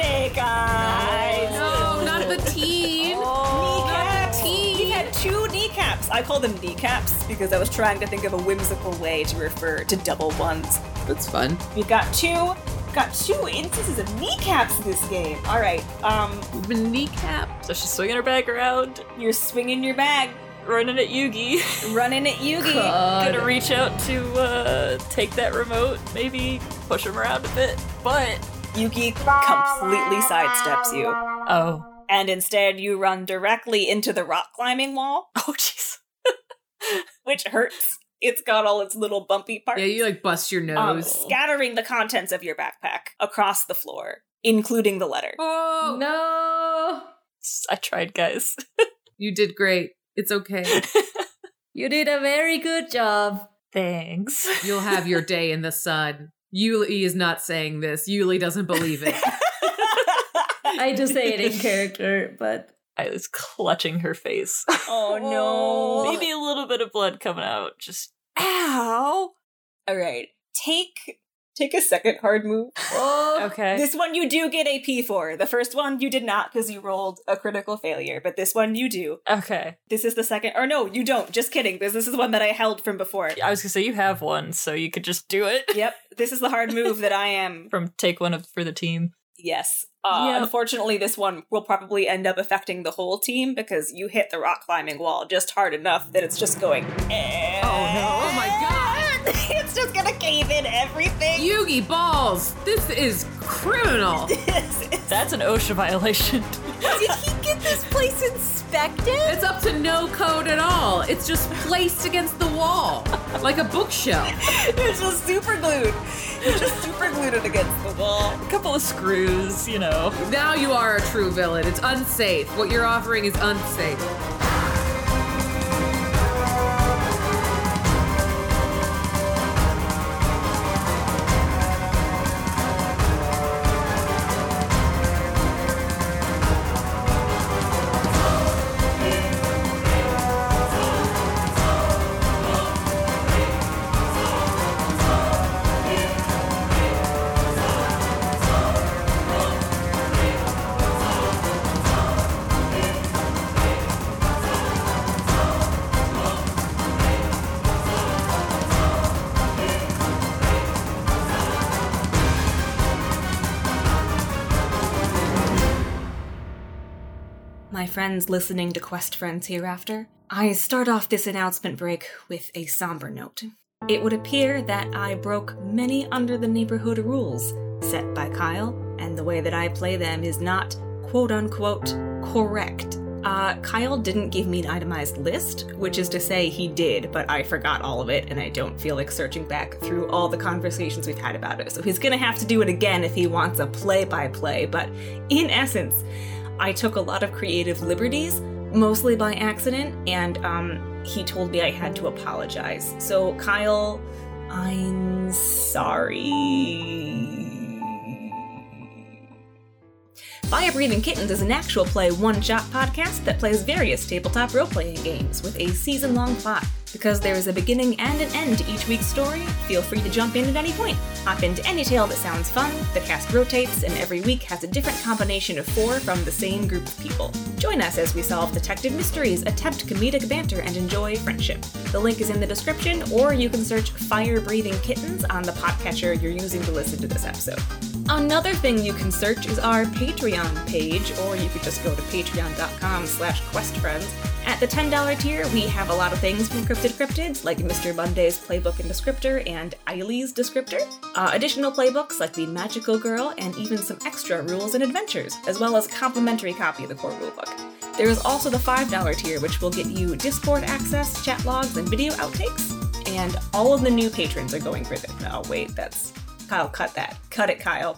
Speaker 2: Snake eyes.
Speaker 3: No, not the teen.
Speaker 4: Oh,
Speaker 2: Kneecaps. He had two kneecaps. I call them kneecaps because I was trying to think of a whimsical way to refer to double ones.
Speaker 3: That's fun.
Speaker 2: We've got two, got two instances of kneecaps in this game. All right. Um,
Speaker 3: Kneecap.
Speaker 5: So she's swinging her bag around,
Speaker 2: you're swinging your bag,
Speaker 5: running at Yugi.
Speaker 2: running at Yugi.
Speaker 5: gonna reach out to uh, take that remote, maybe push him around a bit. But
Speaker 2: Yugi completely sidesteps you,
Speaker 5: oh,
Speaker 2: and instead you run directly into the rock climbing wall,
Speaker 5: oh, jeez.
Speaker 2: which hurts. It's got all its little bumpy parts.
Speaker 3: Yeah, you like bust your
Speaker 2: um,
Speaker 3: nose.
Speaker 2: scattering the contents of your backpack across the floor, including the letter.
Speaker 3: oh,
Speaker 4: No.
Speaker 5: I tried, guys.
Speaker 3: you did great. It's okay.
Speaker 4: You did a very good job.
Speaker 5: Thanks.
Speaker 3: You'll have your day in the sun. Yuli is not saying this. Yuli doesn't believe it.
Speaker 4: I just say it in character, but
Speaker 5: I was clutching her face.
Speaker 2: oh no.
Speaker 5: maybe a little bit of blood coming out. Just
Speaker 2: Ow. All right. Take take a second hard move.
Speaker 4: oh,
Speaker 5: okay.
Speaker 2: This one you do get AP for. The first one you did not because you rolled a critical failure, but this one you do.
Speaker 5: Okay.
Speaker 2: This is the second or no, you don't. Just kidding. This this is one that I held from before.
Speaker 5: I was gonna say you have one, so you could just do it.
Speaker 2: yep. This is the hard move that I am
Speaker 5: From take one of, for the team.
Speaker 2: Yes. Uh,
Speaker 5: Yep.
Speaker 2: Unfortunately, this one will probably end up affecting the whole team because you hit the rock climbing wall just hard enough that it's just going. Oh no!
Speaker 3: Oh my God.
Speaker 2: it's just gonna cave in everything.
Speaker 3: Yugi balls. This is criminal.
Speaker 5: That's an OSHA violation.
Speaker 1: Did he get this place inspected?
Speaker 3: It's up to no code at all. It's just placed against the wall like a bookshelf.
Speaker 2: it's just super glued. You just super glued it against the wall.
Speaker 5: a couple of screws, you know.
Speaker 3: Now you are a true villain. It's unsafe. What you're offering is unsafe.
Speaker 2: My friends listening to Quest Friends Hereafter, I start off this announcement break with a somber note. It would appear that I broke many under the neighborhood rules set by Kyle, and the way that I play them is not quote unquote correct. Uh, Kyle didn't give me an itemized list, which is to say he did, but I forgot all of it and I don't feel like searching back through all the conversations we've had about it. So he's gonna have to do it again if he wants a play by play, but in essence, I took a lot of creative liberties, mostly by accident, and um, he told me I had to apologize. So, Kyle, I'm sorry. Buy a Breathing Kittens is an actual play one shot podcast that plays various tabletop role playing games with a season long plot. Because there is a beginning and an end to each week's story, feel free to jump in at any point. Hop into any tale that sounds fun, the cast rotates, and every week has a different combination of four from the same group of people. Join us as we solve detective mysteries, attempt comedic banter, and enjoy friendship. The link is in the description, or you can search Fire Breathing Kittens on the podcatcher you're using to listen to this episode. Another thing you can search is our Patreon page, or you could just go to patreon.com slash questfriends At the $10 tier, we have a lot of things from Cryptid Cryptids, like Mr. Monday's Playbook and Descriptor and Eileen's Descriptor, uh, additional playbooks like the Magical Girl, and even some extra rules and adventures, as well as complimentary copy of the core rulebook. There is also the $5 tier, which will get you Discord access, chat logs, and video outtakes. And all of the new patrons are going for this. Oh, wait, that's. Kyle, cut that. Cut it, Kyle.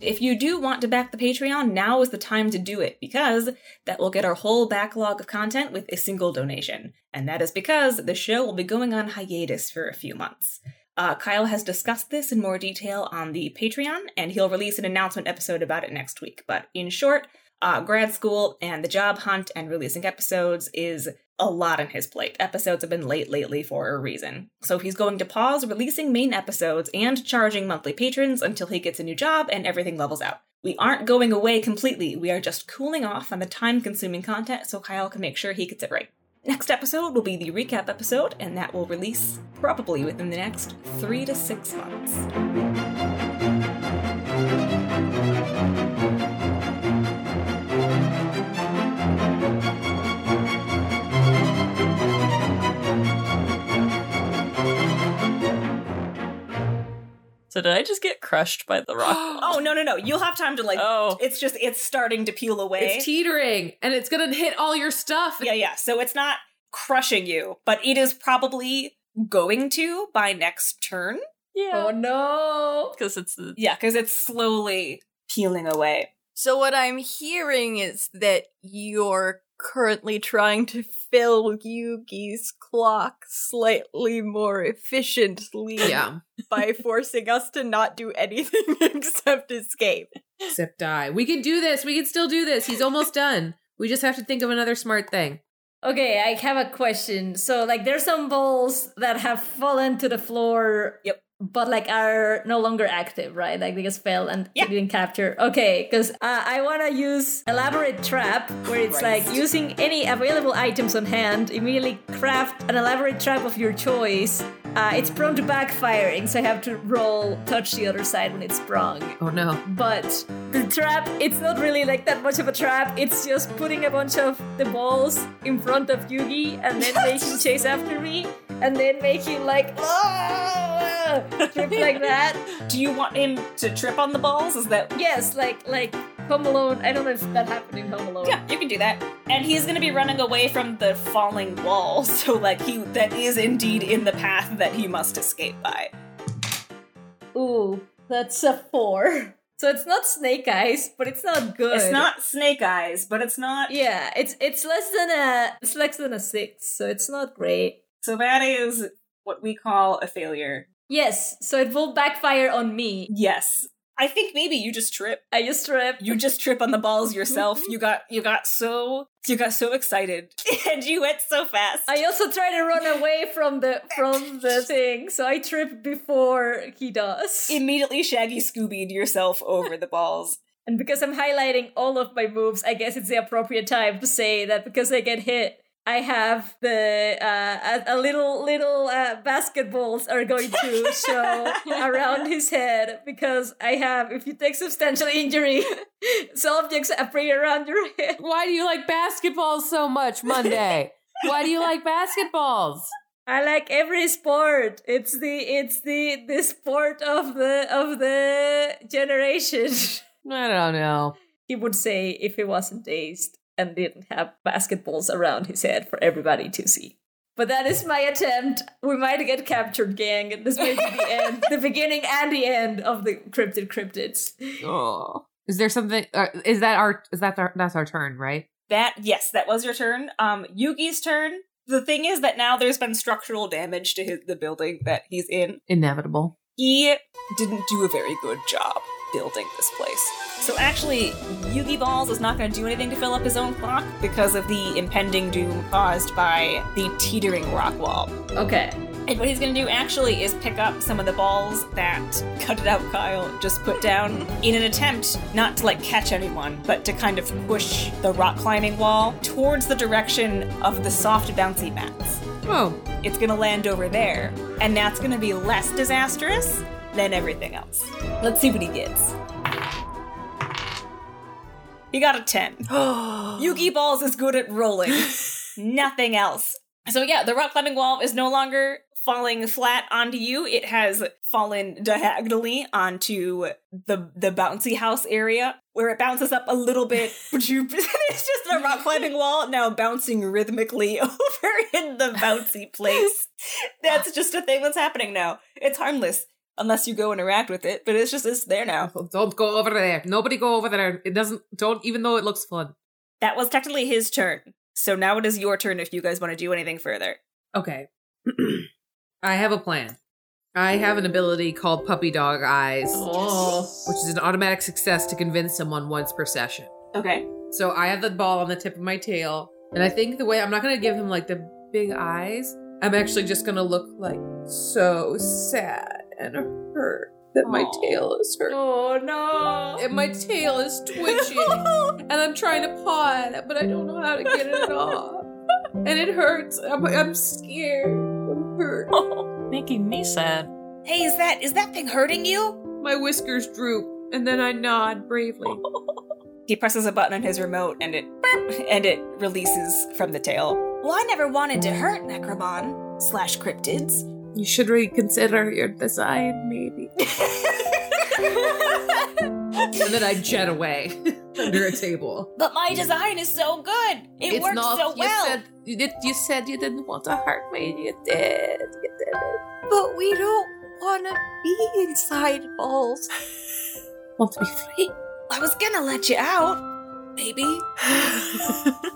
Speaker 2: If you do want to back the Patreon, now is the time to do it because that will get our whole backlog of content with a single donation. And that is because the show will be going on hiatus for a few months. Uh, Kyle has discussed this in more detail on the Patreon, and he'll release an announcement episode about it next week. But in short, uh, grad school and the job hunt and releasing episodes is a lot on his plate. Episodes have been late lately for a reason. So he's going to pause releasing main episodes and charging monthly patrons until he gets a new job and everything levels out. We aren't going away completely, we are just cooling off on the time consuming content so Kyle can make sure he gets it right. Next episode will be the recap episode, and that will release probably within the next three to six months.
Speaker 5: So did I just get crushed by the rock?
Speaker 2: Oh no no no! You'll have time to like.
Speaker 5: Oh.
Speaker 2: It's just it's starting to peel away.
Speaker 3: It's teetering and it's gonna hit all your stuff.
Speaker 2: yeah yeah. So it's not crushing you, but it is probably going to by next turn.
Speaker 3: Oh no.
Speaker 5: Because it's the
Speaker 2: Yeah, because it's slowly peeling away.
Speaker 1: So what I'm hearing is that you're currently trying to fill Yugi's clock slightly more efficiently
Speaker 3: Yeah.
Speaker 1: by forcing us to not do anything except escape.
Speaker 3: Except die. We can do this. We can still do this. He's almost done. We just have to think of another smart thing.
Speaker 4: Okay, I have a question. So, like, there's some balls that have fallen to the floor.
Speaker 2: Yep.
Speaker 4: But like are no longer active, right? Like they just fell and
Speaker 2: Yeah.
Speaker 4: didn't capture. Okay, because uh, I want to use elaborate trap, where it's like using any available items on hand, immediately craft an elaborate trap of your choice. Uh, it's prone to backfiring, so I have to roll, touch the other side when it's sprung
Speaker 3: Oh no.
Speaker 4: but the trap it's not really like that much of a trap it's just putting a bunch of the balls in front of yugi and then make him chase after me and then make him like "Ah!" trip like that
Speaker 2: Do you want him to trip on the balls? Is that
Speaker 4: yes like like home alone i don't know if that happened in home alone
Speaker 2: Yeah, you can do that. And he's gonna be running away from the falling wall, so like he that is indeed in the path that he must escape by.
Speaker 4: ooh that's a four so it's not snake eyes but it's not good
Speaker 2: It's not snake eyes, but it's not
Speaker 4: yeah it's it's less than a it's less than a six so it's not great
Speaker 2: so that is what we call a failure.
Speaker 4: yes so it will backfire on me
Speaker 2: Yes. I think maybe you just trip.
Speaker 4: i just trip
Speaker 2: You just trip on the balls yourself. You got you got so you got so excited. and you went so fast.
Speaker 4: I also try to run away from the from the thing, so I trip before he does.
Speaker 2: Immediately shaggy Scoobied yourself over the balls.
Speaker 4: and because I'm highlighting all of my moves, I guess it's the appropriate time to say that because I get hit, I have the uh, a, a little little uh, basketballs are going to show around his head because I have if you take substantial injury, some objects appear around your head.
Speaker 3: Why do you like basketballs so much, Monday? Why do you like basketballs?
Speaker 4: I like every sport. It's the it's the the sport of the of the generation.
Speaker 3: I don't know.
Speaker 4: he would say if he wasn't dazed and didn't have basketballs around his head for everybody to see. But that is my attempt. We might get captured, gang. This may be the end, the beginning and the end of the cryptid cryptids.
Speaker 3: Oh. Is there something? Uh, is that our? Is that our, that's our turn, right?
Speaker 2: That yes, that was your turn. Um, Yugi's turn. The thing is that now there's been structural damage to his, the building that he's in.
Speaker 3: Inevitable.
Speaker 2: He didn't do a very good job building this place. So actually, Yugi Balls is not going to do anything to fill up his own clock because of the impending doom caused by the teetering rock wall.
Speaker 4: Okay.
Speaker 2: And what he's going to do actually is pick up some of the balls that Cut It Out Kyle just put down in an attempt not to like catch anyone, but to kind of push the rock climbing wall towards the direction of the soft bouncy mats.
Speaker 3: Oh,
Speaker 2: It's going to land over there, and that's going to be less disastrous than everything else. Let's see what he gets. He got a 10. Yugi Balls is good at rolling. nothing else. So yeah, the rock climbing wall is no longer falling flat onto you. It has fallen diagonally onto the the bouncy house area where it bounces up a little bit. it's just a rock climbing wall now bouncing rhythmically over in the bouncy place. That's just a thing that's happening now. It's harmless unless you go interact with it, but it's just it's there now.
Speaker 3: Don't go over there. Nobody go over there. It doesn't. Don't even though it looks fun.
Speaker 2: That was technically his turn. So now it is your turn if you guys want to do anything further.
Speaker 3: Okay. I have a plan. I have an ability called Puppy Dog Eyes, which is an automatic success to convince someone once per session.
Speaker 2: Okay.
Speaker 3: So I have the ball on the tip of my tail, and I think the way I'm not gonna give him like the big eyes. I'm actually just gonna look like so sad and hurt that my tail is hurt.
Speaker 4: Oh no!
Speaker 3: And my tail is twitching, and I'm trying to paw at it, but I don't know how to get it off. And it hurts. I'm, I'm scared. I'm hurt.
Speaker 5: Making me sad.
Speaker 2: Hey, is that is that thing hurting you?
Speaker 3: My whiskers droop, and then I nod bravely.
Speaker 2: He presses a button on his remote and it burp, and it releases from the tail. Well, I never wanted to hurt Necromon slash cryptids.
Speaker 3: You should reconsider your design, maybe. and then I jet away under a table.
Speaker 2: But my design is so good. It works so well.
Speaker 3: You said you, did, you said you didn't want to hurt me. You did. You did it.
Speaker 1: But we don't want to be inside balls.
Speaker 3: Want to be free?
Speaker 2: I was gonna let you out. Maybe.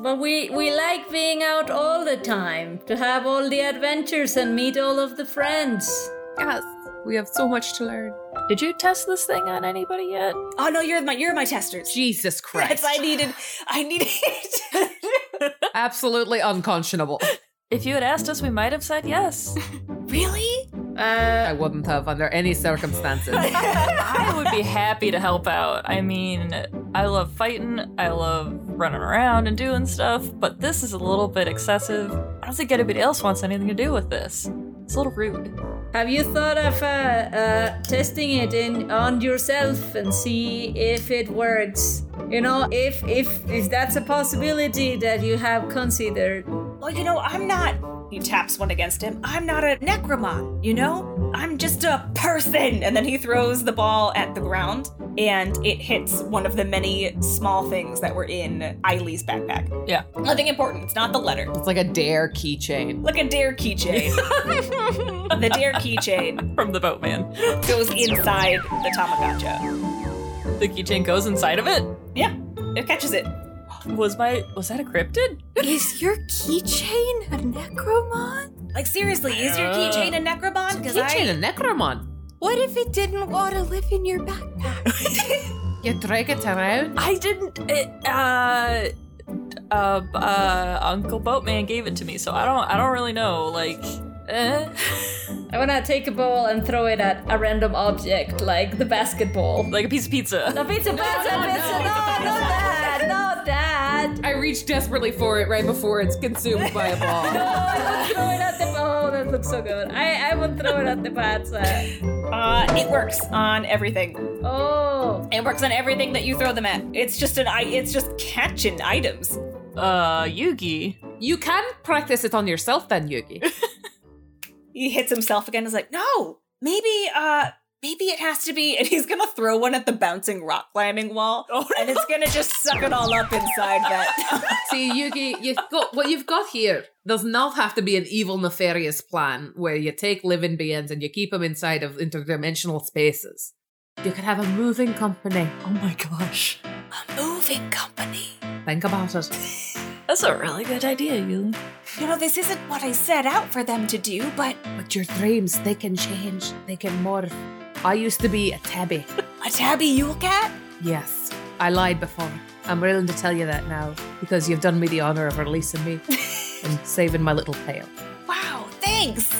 Speaker 4: But we we like being out all the time to have all the adventures and meet all of the friends.
Speaker 3: Yes. We have so much to learn.
Speaker 6: Did you test this thing on anybody yet?
Speaker 2: Oh no, you're my you're my testers.
Speaker 3: Jesus Christ!
Speaker 2: Yes, I needed I needed
Speaker 3: Absolutely unconscionable.
Speaker 6: If you had asked us, we might have said yes.
Speaker 2: Really?
Speaker 3: I
Speaker 4: Uh,
Speaker 3: wouldn't have under any circumstances.
Speaker 5: I would be happy to help out. I mean, I love fighting, I love running around and doing stuff, but this is a little bit excessive. I don't think anybody else wants anything to do with this. It's a little rude.
Speaker 4: have you thought of uh, uh, testing it in on yourself and see if it works? You know, if if if that's a possibility that you have considered.
Speaker 2: Well, you know, I'm not. He taps one against him. I'm not a necromon, you know? I'm just a person! And then he throws the ball at the ground, and it hits one of the many small things that were in Eileen's backpack.
Speaker 5: Yeah.
Speaker 2: Nothing important, it's not the letter.
Speaker 3: It's like a dare keychain.
Speaker 2: Like a dare keychain. the dare keychain
Speaker 5: From the boatman.
Speaker 2: goes inside the Tamagotcha.
Speaker 5: The keychain goes inside of it.
Speaker 2: Yeah, it catches it.
Speaker 5: Was my was that a cryptid?
Speaker 1: Is your keychain a necromon?
Speaker 2: Like, seriously, is your keychain a necromon? Because I.
Speaker 3: Keychain and Necromon.
Speaker 1: What if it didn't want to live in your backpack?
Speaker 3: You drag it around.
Speaker 5: I didn't. It, uh, uh, uh, Uncle Boatman gave it to me, so I don't. I don't really know. Like, eh.
Speaker 4: I wanna take a ball and throw it at a random object like the basketball.
Speaker 5: like a piece of pizza.
Speaker 4: No pizza, pizza, pizza! No, not that, not that.
Speaker 3: I reach desperately for it right before it's consumed by a ball.
Speaker 4: Oh, throw it at the oh, that looks so good. I I would throw it at the pizza.
Speaker 2: Uh, it works on everything.
Speaker 4: Oh,
Speaker 2: It works on everything that you throw them at. It's just an i. It's just catching items.
Speaker 5: Uh, Yugi.
Speaker 3: You can practice it on yourself then, Yugi.
Speaker 2: He hits himself again. Is like, no, maybe, uh, maybe it has to be. And he's gonna throw one at the bouncing rock climbing wall, and it's gonna just suck it all up inside that.
Speaker 3: See, Yugi, you've got what you've got here does not have to be an evil, nefarious plan where you take living beings and you keep them inside of interdimensional spaces. You could have a moving company.
Speaker 5: Oh my gosh,
Speaker 1: Moving company.
Speaker 3: Think about it.
Speaker 5: that's a really good idea, Yugi.
Speaker 2: you know, this isn't what I set out for them to do, but
Speaker 3: But your dreams, they can change. They can morph. I used to be a tabby.
Speaker 2: a tabby Yule cat.
Speaker 3: Yes, I lied before. I'm willing to tell you that now because you've done me the honor of releasing me and saving my little tail.
Speaker 2: Wow, thanks.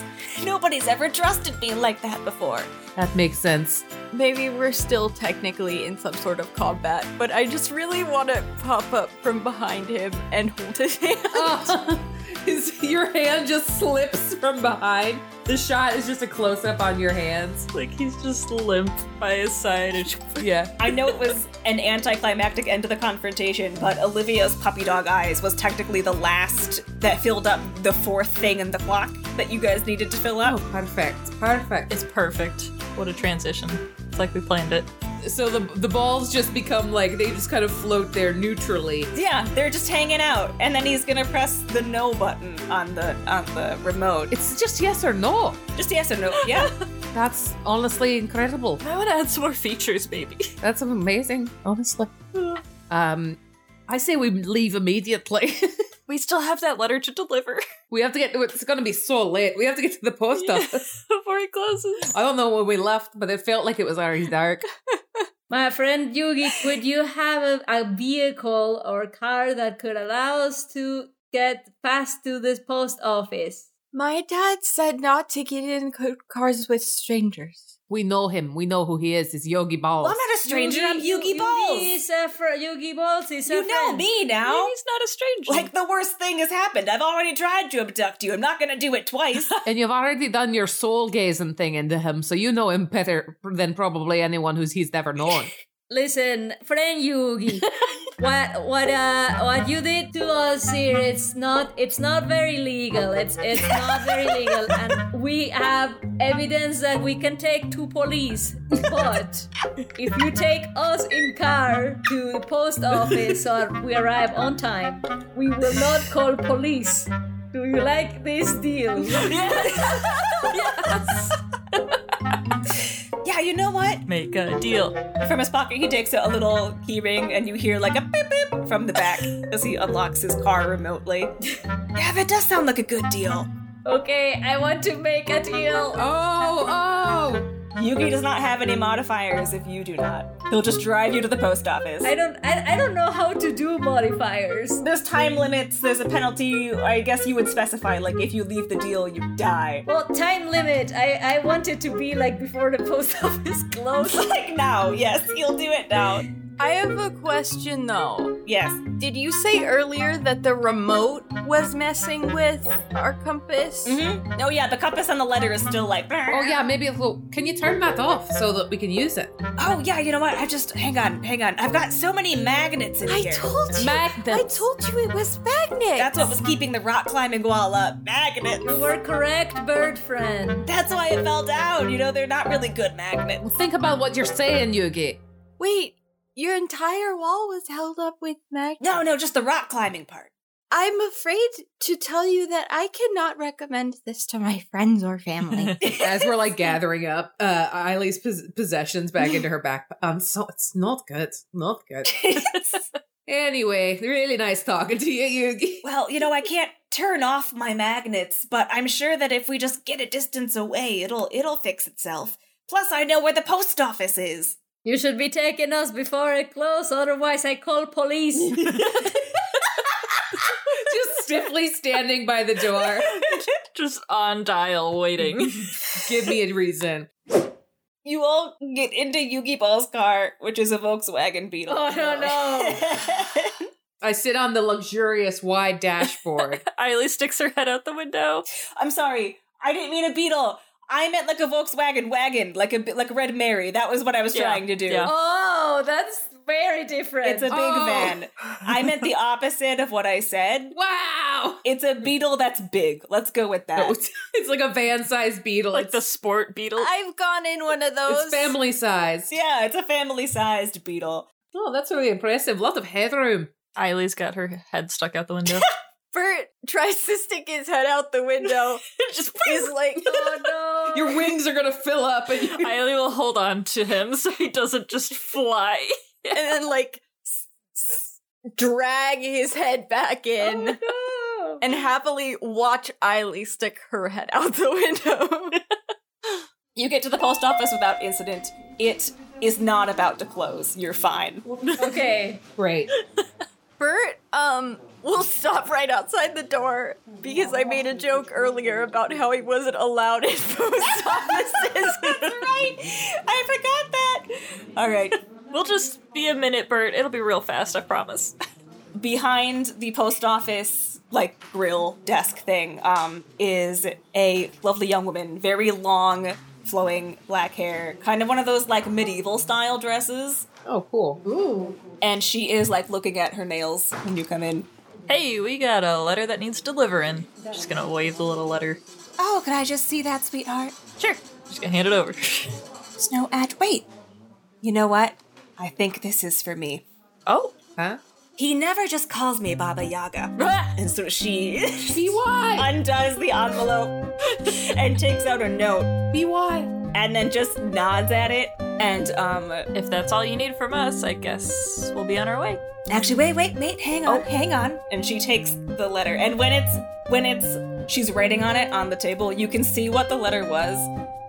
Speaker 2: Nobody's ever trusted me like that before.
Speaker 3: That makes sense.
Speaker 1: Maybe we're still technically in some sort of combat, but Uh, I just really want to pop up from behind him and hold his hand.
Speaker 3: Oh, Is your hand just slips from behind. The shot is just a close up on your hands.
Speaker 5: Like he's just limp by his side. And
Speaker 3: Yeah.
Speaker 2: I know it was an anticlimactic end to the confrontation, but Olivia's puppy dog eyes was technically the last that filled up the fourth thing in the clock that you guys needed to fill up.
Speaker 3: Perfect. Perfect.
Speaker 5: it's perfect. What a transition. It's like we planned it.
Speaker 3: So the the balls just become like they just kind of float there neutrally.
Speaker 2: Yeah, they're just hanging out, and then he's gonna press the no button on the on the remote.
Speaker 3: It's just yes or no.
Speaker 2: Just yes or no. Yeah.
Speaker 3: That's honestly incredible.
Speaker 5: I would add some more features, maybe.
Speaker 3: That's amazing, honestly. Um, I say we leave immediately.
Speaker 5: We still have that letter to deliver
Speaker 3: we have to get. It's going to be so late. We have to get to the post office.
Speaker 5: before he closes.
Speaker 3: I don't know when we left, but it felt like it was already dark.
Speaker 4: My friend Yugi, could you have a, a vehicle or car that could allow us to get past to this post office?
Speaker 1: My dad said not to get in co- cars with strangers.
Speaker 3: We know him. We know who he is. It's Yogi Balls.
Speaker 1: Oh,
Speaker 2: Well, I'm not a stranger. I'm Yugi
Speaker 4: Yugi
Speaker 2: Balls.
Speaker 4: is a fr- Yugi Balls is a
Speaker 2: You know
Speaker 4: friend.
Speaker 2: me now.
Speaker 5: He's not a stranger.
Speaker 2: Like the worst thing has happened. I've already tried to abduct you. I'm not gonna do it twice.
Speaker 3: and you've already done your soul gazing thing into him, so you know him better than probably anyone who's he's never known.
Speaker 4: Listen, friend Yugi, what what uh what you did to us here? It's not it's not very legal. It's it's not very legal, and we have evidence that we can take to police. But if you take us in car to the post office or we arrive on time, we will not call police. Do you like this deal?
Speaker 2: yeah, you know what?
Speaker 5: Make a deal.
Speaker 2: From his pocket, he takes out a little keyring, and you hear like a beep beep from the back as he unlocks his car remotely. yeah, that does sound like a good deal.
Speaker 4: Okay, I want to make a deal.
Speaker 3: oh, oh!
Speaker 2: Yugi does not have any modifiers if you do not. He'll just drive you to the post office.
Speaker 4: I don't I, I don't know how to do modifiers.
Speaker 2: There's time limits, there's a penalty. I guess you would specify, like, if you leave the deal, you die.
Speaker 4: Well, time limit. I I want it to be like before the post office closed.
Speaker 2: Like, now, yes, you'll do it now.
Speaker 1: I have a question though.
Speaker 2: Yes.
Speaker 1: Did you say earlier that the remote was messing with our compass?
Speaker 2: Mm-hmm. Oh, yeah, the compass on the letter is still like.
Speaker 3: Oh, yeah, maybe a little. Can you turn that off so that we can use it?
Speaker 2: Oh, yeah, you know what? I just. Hang on, hang on. I've got so many magnets in
Speaker 1: I
Speaker 2: here.
Speaker 1: told you. I
Speaker 3: Magnets.
Speaker 1: told you it was magnet.
Speaker 2: That's what was keeping the rock climbing wall up. Magnets.
Speaker 4: You were correct, bird friend.
Speaker 2: That's why it fell down. You know, they're not really good magnets.
Speaker 3: Well, think about what you're saying, Yugi.
Speaker 1: Wait, your entire wall was held up with magnet.
Speaker 2: No, no, just the rock climbing part.
Speaker 1: I'm afraid to tell you that I cannot recommend this to my friends or family.
Speaker 3: As we're like gathering up uh Eileen's pos- possessions back into her back. Um, so it's not good. Not good. Anyway, really nice talking to you, Yugi.
Speaker 2: well, you know, I can't turn off my magnets, but I'm sure that if we just get a distance away, it'll it'll fix itself. Plus, I know where the post office is.
Speaker 4: You should be taking us before it closes, otherwise I call police.
Speaker 3: Just stiffly standing by the door.
Speaker 5: Just on dial waiting.
Speaker 3: Give me a reason.
Speaker 2: You all get into Yugi Ball's car, which is a Volkswagen Beetle.
Speaker 4: Oh no no.
Speaker 2: no.
Speaker 3: I sit on the luxurious wide dashboard.
Speaker 5: Eiley sticks her head out the window.
Speaker 2: I'm sorry. I didn't mean a Beetle. I meant like a Volkswagen wagon, like a like Red Mary. That was what I was
Speaker 5: Yeah,
Speaker 2: trying to do.
Speaker 5: yeah.
Speaker 4: Oh, that's very different.
Speaker 2: It's a big
Speaker 3: Oh.
Speaker 2: van. I meant the opposite of what I said.
Speaker 3: wow!
Speaker 2: It's a beetle that's big. Let's go with that.
Speaker 3: It's it's like a van-sized beetle.
Speaker 5: Like the
Speaker 3: it's,
Speaker 5: sport beetle.
Speaker 1: I've gone in one of those.
Speaker 3: it's family sized.
Speaker 2: Yeah, it's a family-sized beetle.
Speaker 3: Oh, that's really impressive. Lot of headroom.
Speaker 5: Eileen's got her head stuck out the window.
Speaker 1: Bert tries to stick his head out the window.
Speaker 5: Just
Speaker 1: He's like,
Speaker 4: oh no.
Speaker 3: Your wings are gonna fill up, and you-
Speaker 5: Eiley will hold on to him so he doesn't just fly.
Speaker 1: and then like s- s- drag his head back in
Speaker 4: Oh, no.
Speaker 1: and happily watch Eiley stick her head out the window.
Speaker 2: You get to the post office without incident. It is not about to close. You're fine.
Speaker 4: Okay.
Speaker 3: great.
Speaker 1: Bert, um, will stop right outside the door because I made a joke earlier about how he wasn't allowed in post offices.
Speaker 2: right. I forgot that. All right.
Speaker 5: We'll just be a minute, Bert. It'll be real fast, I promise.
Speaker 2: Behind the post office like grill desk thing um, is a lovely young woman, very long, flowing black hair, kind of one of those like medieval style dresses.
Speaker 3: Oh, cool.
Speaker 8: Ooh.
Speaker 2: And she is like looking at her nails when you come in.
Speaker 5: Hey, we got a letter that needs delivering. She's gonna wave the little letter.
Speaker 2: Oh, could I just see that, sweetheart? Sure.
Speaker 5: She's gonna hand it over.
Speaker 2: Snow Edge, wait. You know what? I think this is for me.
Speaker 5: oh.
Speaker 3: Huh?
Speaker 2: He never just calls me Baba Yaga. And so she
Speaker 3: BY!
Speaker 2: undoes the envelope and takes out a note
Speaker 3: BY!
Speaker 2: and then just nods at it. And, um,
Speaker 5: If that's all you need from us, I guess we'll be on our way.
Speaker 2: actually, wait, wait, wait, hang on, hang on. Oh. And she takes the letter. And when it's, when it's, she's writing on it on the table, you can see what the letter was.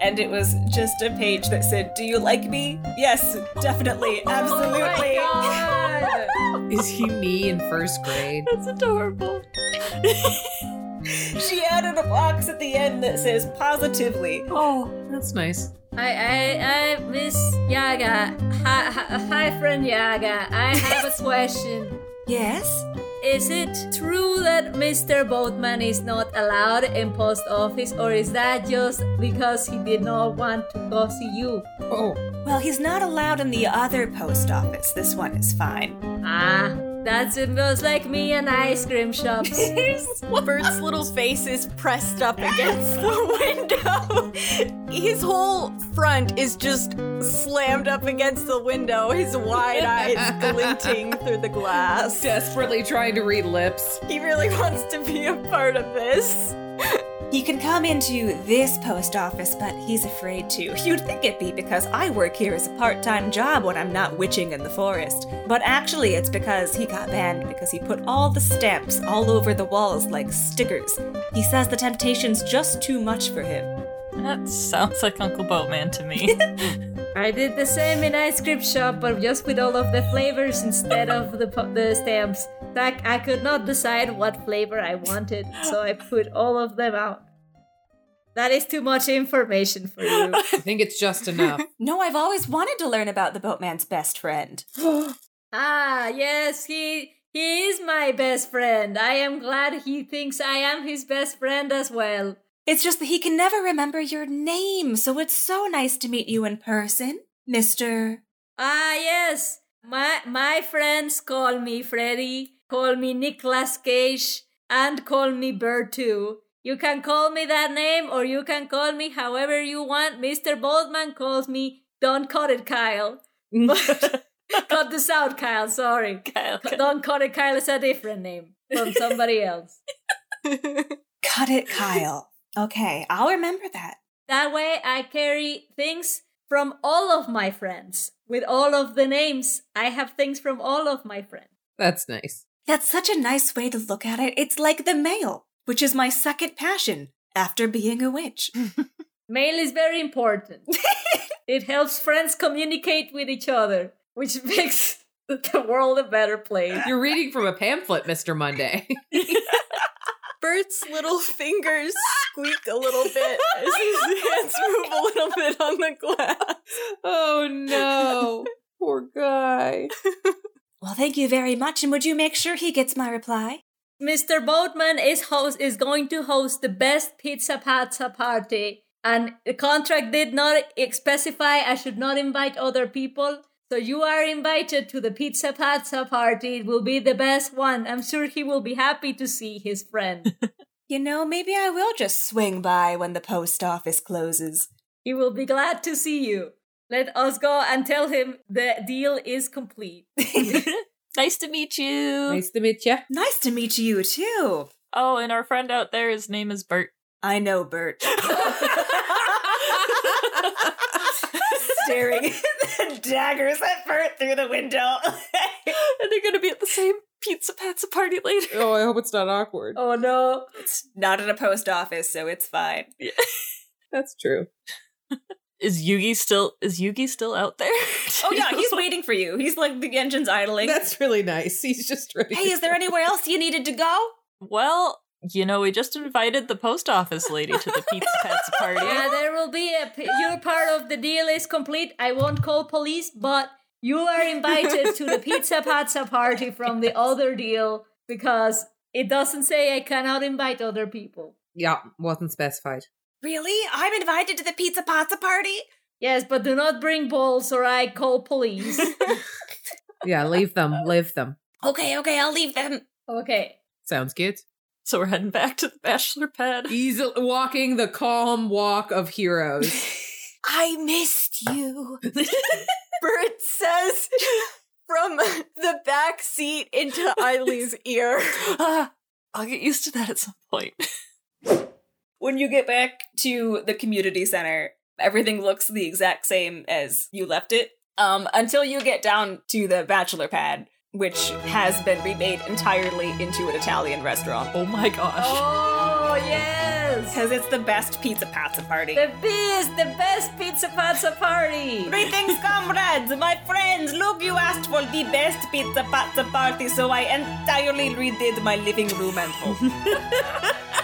Speaker 2: And it was just a page that said, Do you like me? Yes, definitely,
Speaker 4: Oh,
Speaker 2: absolutely.
Speaker 3: Is he me in first grade?
Speaker 5: That's adorable.
Speaker 2: she added a box at the end that says positively.
Speaker 3: Oh, that's nice.
Speaker 4: I, I, I, Miss Yaga, hi, hi, hi, friend Yaga. I have a question.
Speaker 2: Yes?
Speaker 4: Is it true that Mr. Boatman is not allowed in post office, or is that just because he did not want to go see you?
Speaker 3: Oh,
Speaker 2: Well, he's not allowed in the other post office. This one is fine.
Speaker 4: Ah, that's it was like me and ice cream shops.
Speaker 8: Bert's little face is pressed up against the window. His whole front is just slammed up against the window, his wide eyes glinting through the glass.
Speaker 3: desperately trying to read lips.
Speaker 8: He really wants to be a part of this.
Speaker 2: He can come into this post office, but he's afraid to. You'd think it'd be because I work here as a part time job when I'm not witching in the forest. But actually, it's because he got banned because he put all the stamps all over the walls like stickers. He says the temptation's just too much for him.
Speaker 5: That sounds like Uncle Boatman to me.
Speaker 4: I did the same in ice cream shop, but just with all of the flavors instead of the po- the stamps. Like I could not decide what flavor I wanted, so I put all of them out. That is too much information for you.
Speaker 3: I think it's just enough.
Speaker 2: No, I've always wanted to learn about the boatman's best friend.
Speaker 4: Ah, yes, he he is my best friend. I am glad he thinks I am his best friend as well.
Speaker 2: It's just that he can never remember your name, so it's so nice to meet you in person, Mr.
Speaker 4: Ah, yes. My my friends call me Freddy, call me Nicolas Cage, and call me Bird too. You can call me that name, or you can call me however you want. Mr. Boldman calls me. Don't cut it, Kyle. cut this out, Kyle. Sorry.
Speaker 5: Kyle, Kyle.
Speaker 4: Don't cut it, Kyle. is a different name from somebody else.
Speaker 2: Cut it, Kyle. okay, I'll remember that.
Speaker 4: That way, I carry things from all of my friends. With all of the names, I have things from all of my friends.
Speaker 3: That's nice.
Speaker 2: That's such a nice way to look at it. It's like the mail, which is my second passion after being a witch.
Speaker 4: Mail is very important. it helps friends communicate with each other, which makes the world a better place.
Speaker 3: You're reading from a pamphlet, Mr. Monday.
Speaker 8: Bert's little fingers squeak a little bit as his hands move a little bit on the glass.
Speaker 3: oh no. Poor guy.
Speaker 2: well, thank you very much, and would you make sure he gets my reply?
Speaker 4: Mr. Boatman is host is going to host the best pizza pizza party, and the contract did not specify I should not invite other people. So you are invited to the pizza pizza party. It will be the best one. I'm sure he will be happy to see his friend.
Speaker 2: You know, maybe I will just swing by when the post office closes.
Speaker 4: he will be glad to see you. Let us go and tell him the deal is complete.
Speaker 6: Nice to meet you.
Speaker 3: Nice to meet you.
Speaker 2: Nice to meet you, too.
Speaker 6: Oh, and our friend out there, his name is Bert.
Speaker 2: I know, Bert. Staring the daggers at Bert through the window.
Speaker 6: And they're gonna be at the same pizza pizza party later.
Speaker 3: Oh, I hope it's not awkward.
Speaker 4: Oh no.
Speaker 2: it's not at a post office, so it's fine.
Speaker 3: That's true.
Speaker 6: Is Yugi still is Yugi still out there?
Speaker 2: Oh yeah, he's waiting for you. He's like the engine's idling.
Speaker 3: That's really nice. He's just ready.
Speaker 2: hey, is there anywhere else you needed to go?
Speaker 6: Well, you know, we just invited the post office lady to the pizza pizza party.
Speaker 4: Yeah, there will be a. p- Your part of the deal is complete. I won't call police, but you are invited to the pizza pizza party from the other deal because It doesn't say I cannot invite other people.
Speaker 3: Yeah, wasn't specified.
Speaker 2: Really? I'm invited to the pizza pizza party?
Speaker 4: Yes, but do not bring balls or I call police.
Speaker 3: Yeah, leave them, leave them.
Speaker 2: Okay, okay, I'll leave them.
Speaker 4: okay.
Speaker 3: Sounds good.
Speaker 5: So we're heading back to the bachelor pad.
Speaker 3: Easy walking the calm walk of heroes.
Speaker 8: I missed you. Bert says from the back seat into Eileen's ear.
Speaker 5: Ah, I'll get used to that at some point.
Speaker 2: When you get back to the community center, everything looks the exact same as you left it. Um, until you get down to the bachelor pad, which has been remade entirely into an Italian restaurant.
Speaker 5: Oh my gosh.
Speaker 4: Oh yes,
Speaker 2: Because it's the best pizza pizza party.
Speaker 4: the beast, the best pizza pizza party.
Speaker 2: Greetings, comrades, my friends. Look, you asked for the best pizza pizza party, so I entirely redid my living room and home.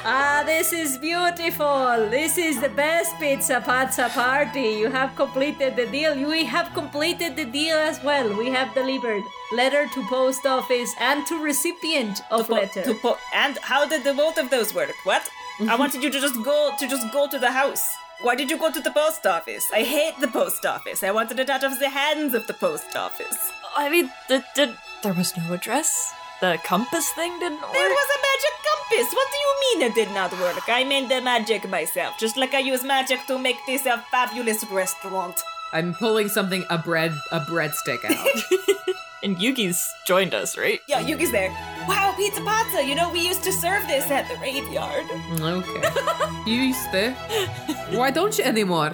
Speaker 4: Ah, this is beautiful. This is the best pizza pizza party. You have completed the deal. We have completed the deal as well. We have delivered letter to post office and to recipient of letter.
Speaker 2: To po- and how did the both of those work? What? I wanted you to just go to just go to the house. Why did you go to the post office? I hate the post office. I wanted it out of the hands of the post office.
Speaker 5: I mean, the, the, there was no address. The compass thing didn't work.
Speaker 2: There was a magic compass. What do you mean it did not work? I made the magic myself, just like I use magic to make this a fabulous restaurant.
Speaker 3: I'm pulling something a bread a breadstick out.
Speaker 5: And Yugi's joined us, right?
Speaker 2: Yeah, Yuki's there. Wow, pizza pizza. You know, we used to serve this at the graveyard.
Speaker 3: okay. You used to. Why don't you anymore?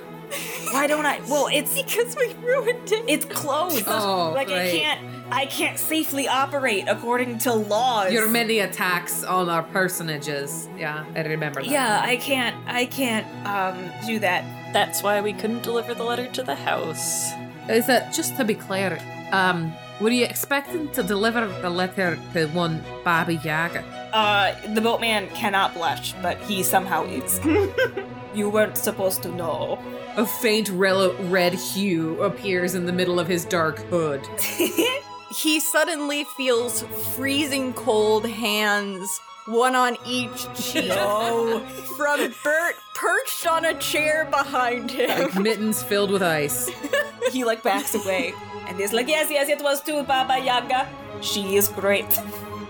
Speaker 2: Why don't I? Well, it's because we ruined it. It's closed.
Speaker 3: Oh,
Speaker 2: like I
Speaker 3: great.
Speaker 2: can't, I can't safely operate according to laws.
Speaker 3: Your many attacks on our personages. Yeah, I remember that.
Speaker 2: yeah, I can't, I can't um do that.
Speaker 5: That's why we couldn't deliver the letter to the house.
Speaker 3: Is that just to be clear? Um, were you expecting to deliver the letter to one Baba Yaga?
Speaker 2: Uh, the boatman cannot blush, but he somehow is. you weren't supposed to know.
Speaker 3: A faint rel- red hue appears in the middle of his dark hood.
Speaker 8: He suddenly feels freezing cold hands, one on each cheek, from Bert perched on a chair behind him.
Speaker 3: Like mittens filled with ice.
Speaker 2: He like backs away and is like, yes, yes, it was too, Baba Yaga. She is great.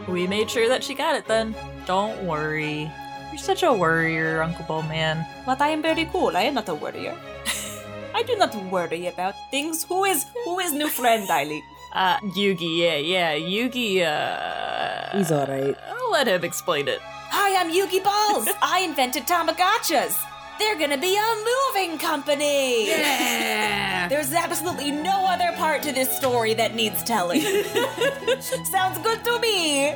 Speaker 5: We made sure that she got it then. Don't worry. You're such a worrier, Uncle Bowman.
Speaker 2: But I am very cool. I am not a worrier. I do not worry about things. Who is who is new friend, Eileen?
Speaker 5: Uh, Yugi, yeah, yeah, Yugi, uh.
Speaker 3: He's alright.
Speaker 5: I'll let him explain it.
Speaker 2: Hi, I'm Yugi Balls. I invented Tamagotchas. They're gonna be a moving company.
Speaker 3: Yeah.
Speaker 2: There's absolutely no other part to this story that needs telling. Sounds good to me.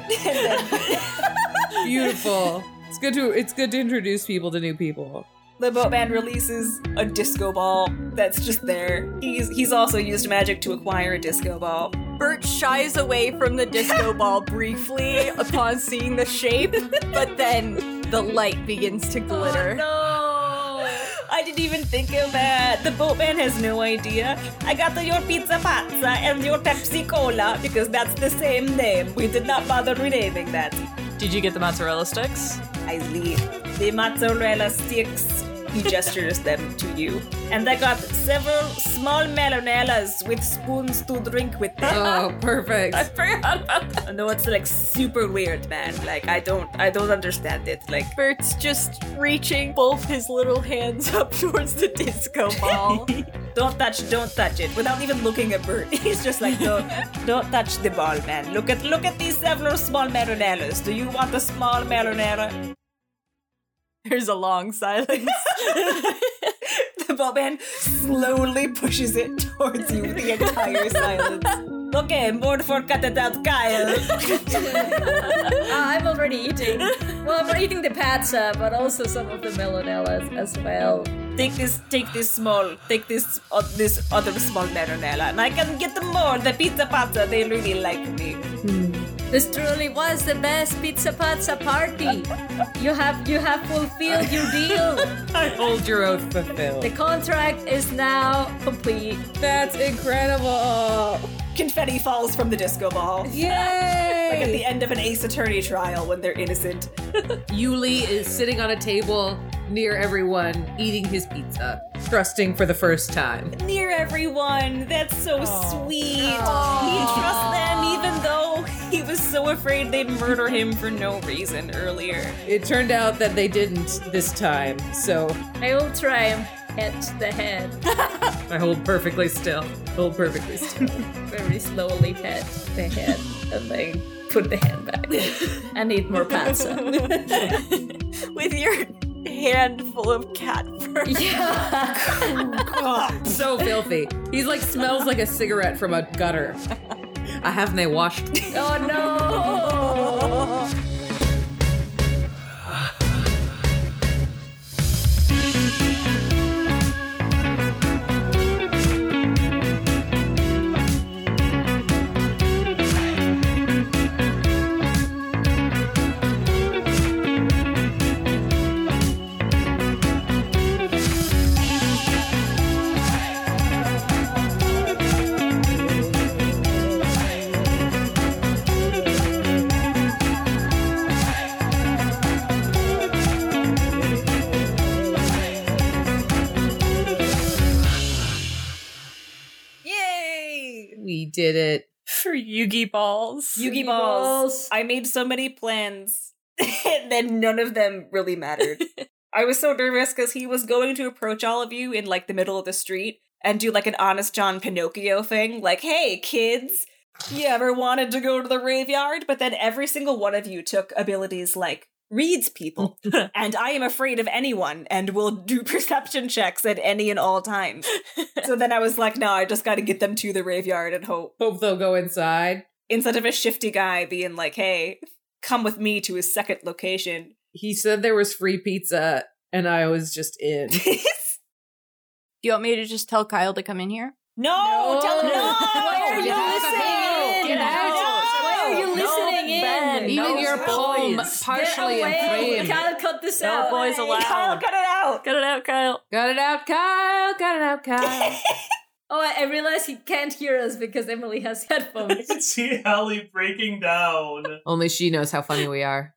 Speaker 3: Beautiful. It's good to it's good to introduce people to new people.
Speaker 2: the boatman releases a disco ball that's just there. He's he's also used magic to acquire a disco ball.
Speaker 8: Bert shies away from the disco ball briefly upon seeing the shape, but then the light begins to
Speaker 4: Oh,
Speaker 8: glitter.
Speaker 2: I didn't even think of that. The boatman has no idea. I got your pizza pizza and your Pepsi Cola because that's the same name. We did not bother renaming that.
Speaker 5: Did you get the mozzarella sticks?
Speaker 2: I leave. The mozzarella sticks. He gestures them to you. And I got several small melonellas with spoons to drink with them.
Speaker 3: Oh, perfect.
Speaker 5: Forgot about that.
Speaker 2: I know it's like super weird, man. Like I don't I don't understand it. Like
Speaker 8: Bert's just reaching both his little hands up towards the disco ball.
Speaker 2: Don't touch, don't touch it. Without even looking at Bert. He's just like, don't, don't touch the ball, man. Look at look at these several small melonellas. Do you want a small melonella?
Speaker 8: There's a long silence.
Speaker 2: The ball man slowly pushes it towards you the entire silence. Okay, more for cut it out, Kyle.
Speaker 4: Ah, I'm already eating. Well, I'm eating the pizza, but also some of the melonellas as well.
Speaker 2: Take this, take this small, take this uh, this other small melonella, and I can get them more. The pizza pizza, they really like me.
Speaker 4: This truly was the best pizza pizza party. You have you have fulfilled your deal.
Speaker 3: Hold your oath fulfilled.
Speaker 4: The contract is now complete.
Speaker 3: That's incredible.
Speaker 2: confetti falls from the disco ball. Like at
Speaker 3: Yay!
Speaker 2: the end of an Ace Attorney trial when they're innocent.
Speaker 3: Yuli is sitting on a table near everyone, eating his pizza, trusting for the first time.
Speaker 2: Near everyone. That's so sweet. He trusts them even though he was so afraid they'd murder him for no reason earlier.
Speaker 3: It turned out that they didn't this time, so
Speaker 4: I will try and hit the head.
Speaker 3: I hold perfectly still. Hold perfectly still.
Speaker 4: Very slowly pat the head and then put the hand back. I need more pats.
Speaker 8: with your hand full of cat fur.
Speaker 3: so filthy. He's like smells like a cigarette from a gutter. I haven't they washed.
Speaker 4: Oh no!
Speaker 8: Yay!
Speaker 3: We did it.
Speaker 5: For Yugi balls.
Speaker 2: Yugi balls. I made so many plans, and then none of them really mattered. I was so nervous because he was going to approach all of you in like the middle of the street and do like an honest John Pinocchio thing, like, hey, kids, you ever wanted to go to the graveyard? But then every single one of you took abilities like reads people, and I am afraid of anyone and will do perception checks at any and all times. so then I was like, no, I just got to get them to the graveyard and hope
Speaker 3: Hope they'll go inside.
Speaker 2: instead of a shifty guy being like, "Hey, come with me to his second location."
Speaker 3: He said there was free pizza, and I was just in.
Speaker 6: Do you want me to just tell Kyle to come in here?
Speaker 2: no,
Speaker 4: No.
Speaker 2: tell him no.
Speaker 4: Why are you
Speaker 2: No.
Speaker 4: listening?
Speaker 2: Get out.
Speaker 4: No. Why are you listening in?
Speaker 6: Ben,
Speaker 3: Even
Speaker 6: no
Speaker 3: your poem
Speaker 6: boys.
Speaker 3: partially
Speaker 4: Get away!
Speaker 3: inflamed.
Speaker 4: Kyle, cut this
Speaker 6: No
Speaker 4: out.
Speaker 6: boys allowed.
Speaker 2: Kyle, cut it out.
Speaker 6: Cut it out, Kyle.
Speaker 3: Got it out, Kyle. Got it out, Kyle.
Speaker 4: Oh, I I realize he can't hear us because Emily has
Speaker 7: I
Speaker 4: headphones.
Speaker 7: can see Ellie breaking down.
Speaker 3: Only she knows how funny we are.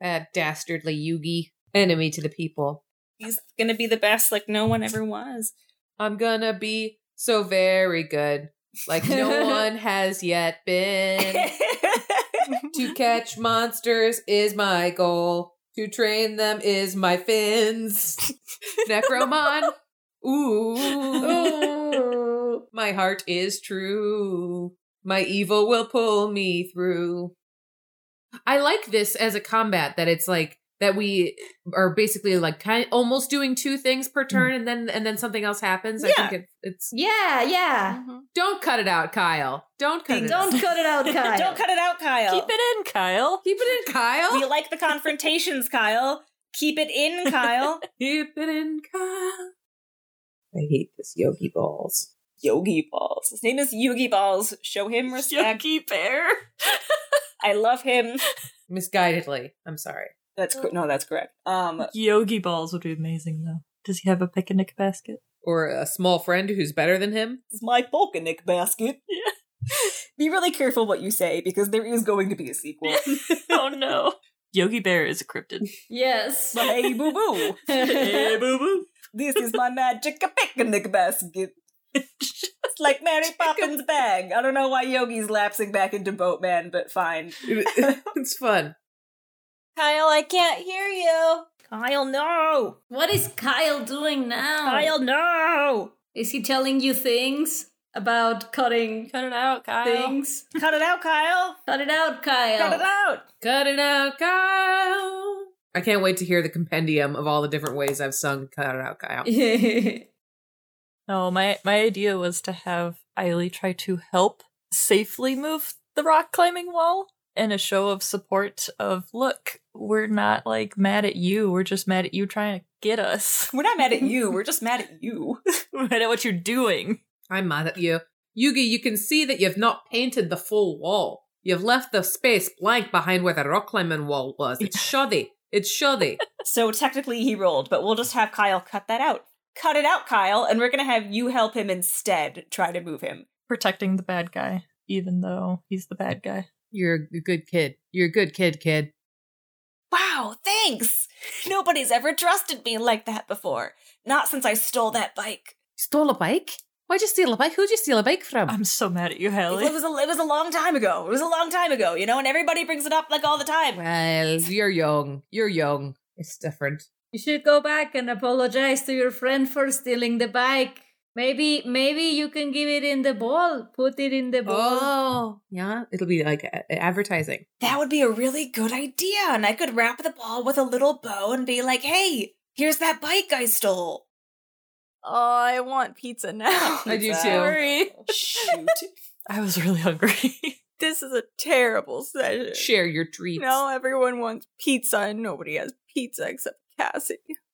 Speaker 3: That dastardly Yugi, enemy to the people.
Speaker 2: He's gonna be the best, like no one ever was.
Speaker 3: I'm gonna be so very good, like no one has yet been. To catch monsters is my goal. To train them is my fins. Necromon. Ooh.
Speaker 4: Ooh.
Speaker 3: My heart is true. My evil will pull me through. I like this as a combat that it's like that we are basically like kind almost doing two things per turn and then and then something else happens. I
Speaker 2: Yeah.
Speaker 3: think it, it's
Speaker 4: Yeah, yeah.
Speaker 3: don't cut it out, Kyle. Don't cut it out.
Speaker 4: Don't cut it out, Kyle.
Speaker 2: Don't cut it out, Kyle.
Speaker 6: Keep it in, Kyle.
Speaker 3: Keep it in, Kyle.
Speaker 2: We like the confrontations, Kyle. Keep it in, Kyle.
Speaker 3: Keep it in, Kyle. I hate this Yogi Balls.
Speaker 2: Yogi Balls. His name is Yogi Balls. Show him respect.
Speaker 6: Yugi bear.
Speaker 2: I love him.
Speaker 3: Misguidedly. I'm sorry.
Speaker 2: That's cor- no, that's correct. Um,
Speaker 6: Yogi balls would be amazing, though. Does he have a picnic basket?
Speaker 3: Or a small friend who's better than him.
Speaker 2: is my Volcanic basket. Be really careful what you say because there is going to be a sequel.
Speaker 6: oh no. Yogi bear is a cryptid.
Speaker 4: Yes.
Speaker 2: but hey, boo boo,
Speaker 6: hey, boo boo.
Speaker 2: this is my magic picnic basket. It's like Mary Poppins' bag. I don't know why Yogi's lapsing back into Boatman, but fine.
Speaker 3: it's fun.
Speaker 1: Kyle, I can't hear you.
Speaker 2: Kyle, no!
Speaker 4: What is Kyle doing now?
Speaker 2: Kyle, no!
Speaker 4: Is he telling you things about cutting
Speaker 6: Cut it out, Kyle.
Speaker 4: things?
Speaker 2: Cut it out, Kyle!
Speaker 4: Cut it out, Kyle.
Speaker 2: Cut it out!
Speaker 3: Cut it out, Kyle. I can't wait to hear the compendium of all the different ways I've sung Cut It Out, Kyle.
Speaker 6: No, my my idea was to have Eily try to help safely move the rock climbing wall in a show of support of look, we're not like mad at you, we're just mad at you trying to get us.
Speaker 2: We're not mad at you, we're just mad at you.
Speaker 6: we're mad at what you're doing.
Speaker 3: I'm mad at you. Yugi, you can see that you've not painted the full wall. You've left the space blank behind where the rock climbing wall was. It's shoddy. It's shoddy.
Speaker 2: So technically he rolled, but we'll just have Kyle cut that out. Cut it out, Kyle, and we're gonna have you help him instead try to move him.
Speaker 5: protecting the bad guy, even though he's the bad guy.
Speaker 3: You're a good kid. You're a good kid, kid.
Speaker 2: Wow, thanks! Nobody's ever trusted me like that before. Not since I stole that bike.
Speaker 3: Stole a bike? Why'd you steal a bike? Who'd you steal a bike from?
Speaker 5: I'm so mad at you, Hallie.
Speaker 2: It was a, it was a long time ago. It was a long time ago, you know, and everybody brings it up like all the time.
Speaker 3: well, you're young. You're young. It's different.
Speaker 4: You should go back and apologize to your friend for stealing the bike. Maybe, maybe you can give it in the ball. Put it in the ball.
Speaker 3: Oh, yeah. It'll be like a- advertising.
Speaker 2: That would be a really good idea, and I could wrap the ball with a little bow and be like, "Hey, here's that bike I stole."
Speaker 1: Oh, I want pizza now.
Speaker 3: I do
Speaker 2: Pizza.
Speaker 3: too.
Speaker 1: Sorry.
Speaker 2: Shoot.
Speaker 5: I was really hungry.
Speaker 1: This is a terrible session.
Speaker 3: Share your treats.
Speaker 1: Now everyone wants pizza and nobody has pizza except Cassie.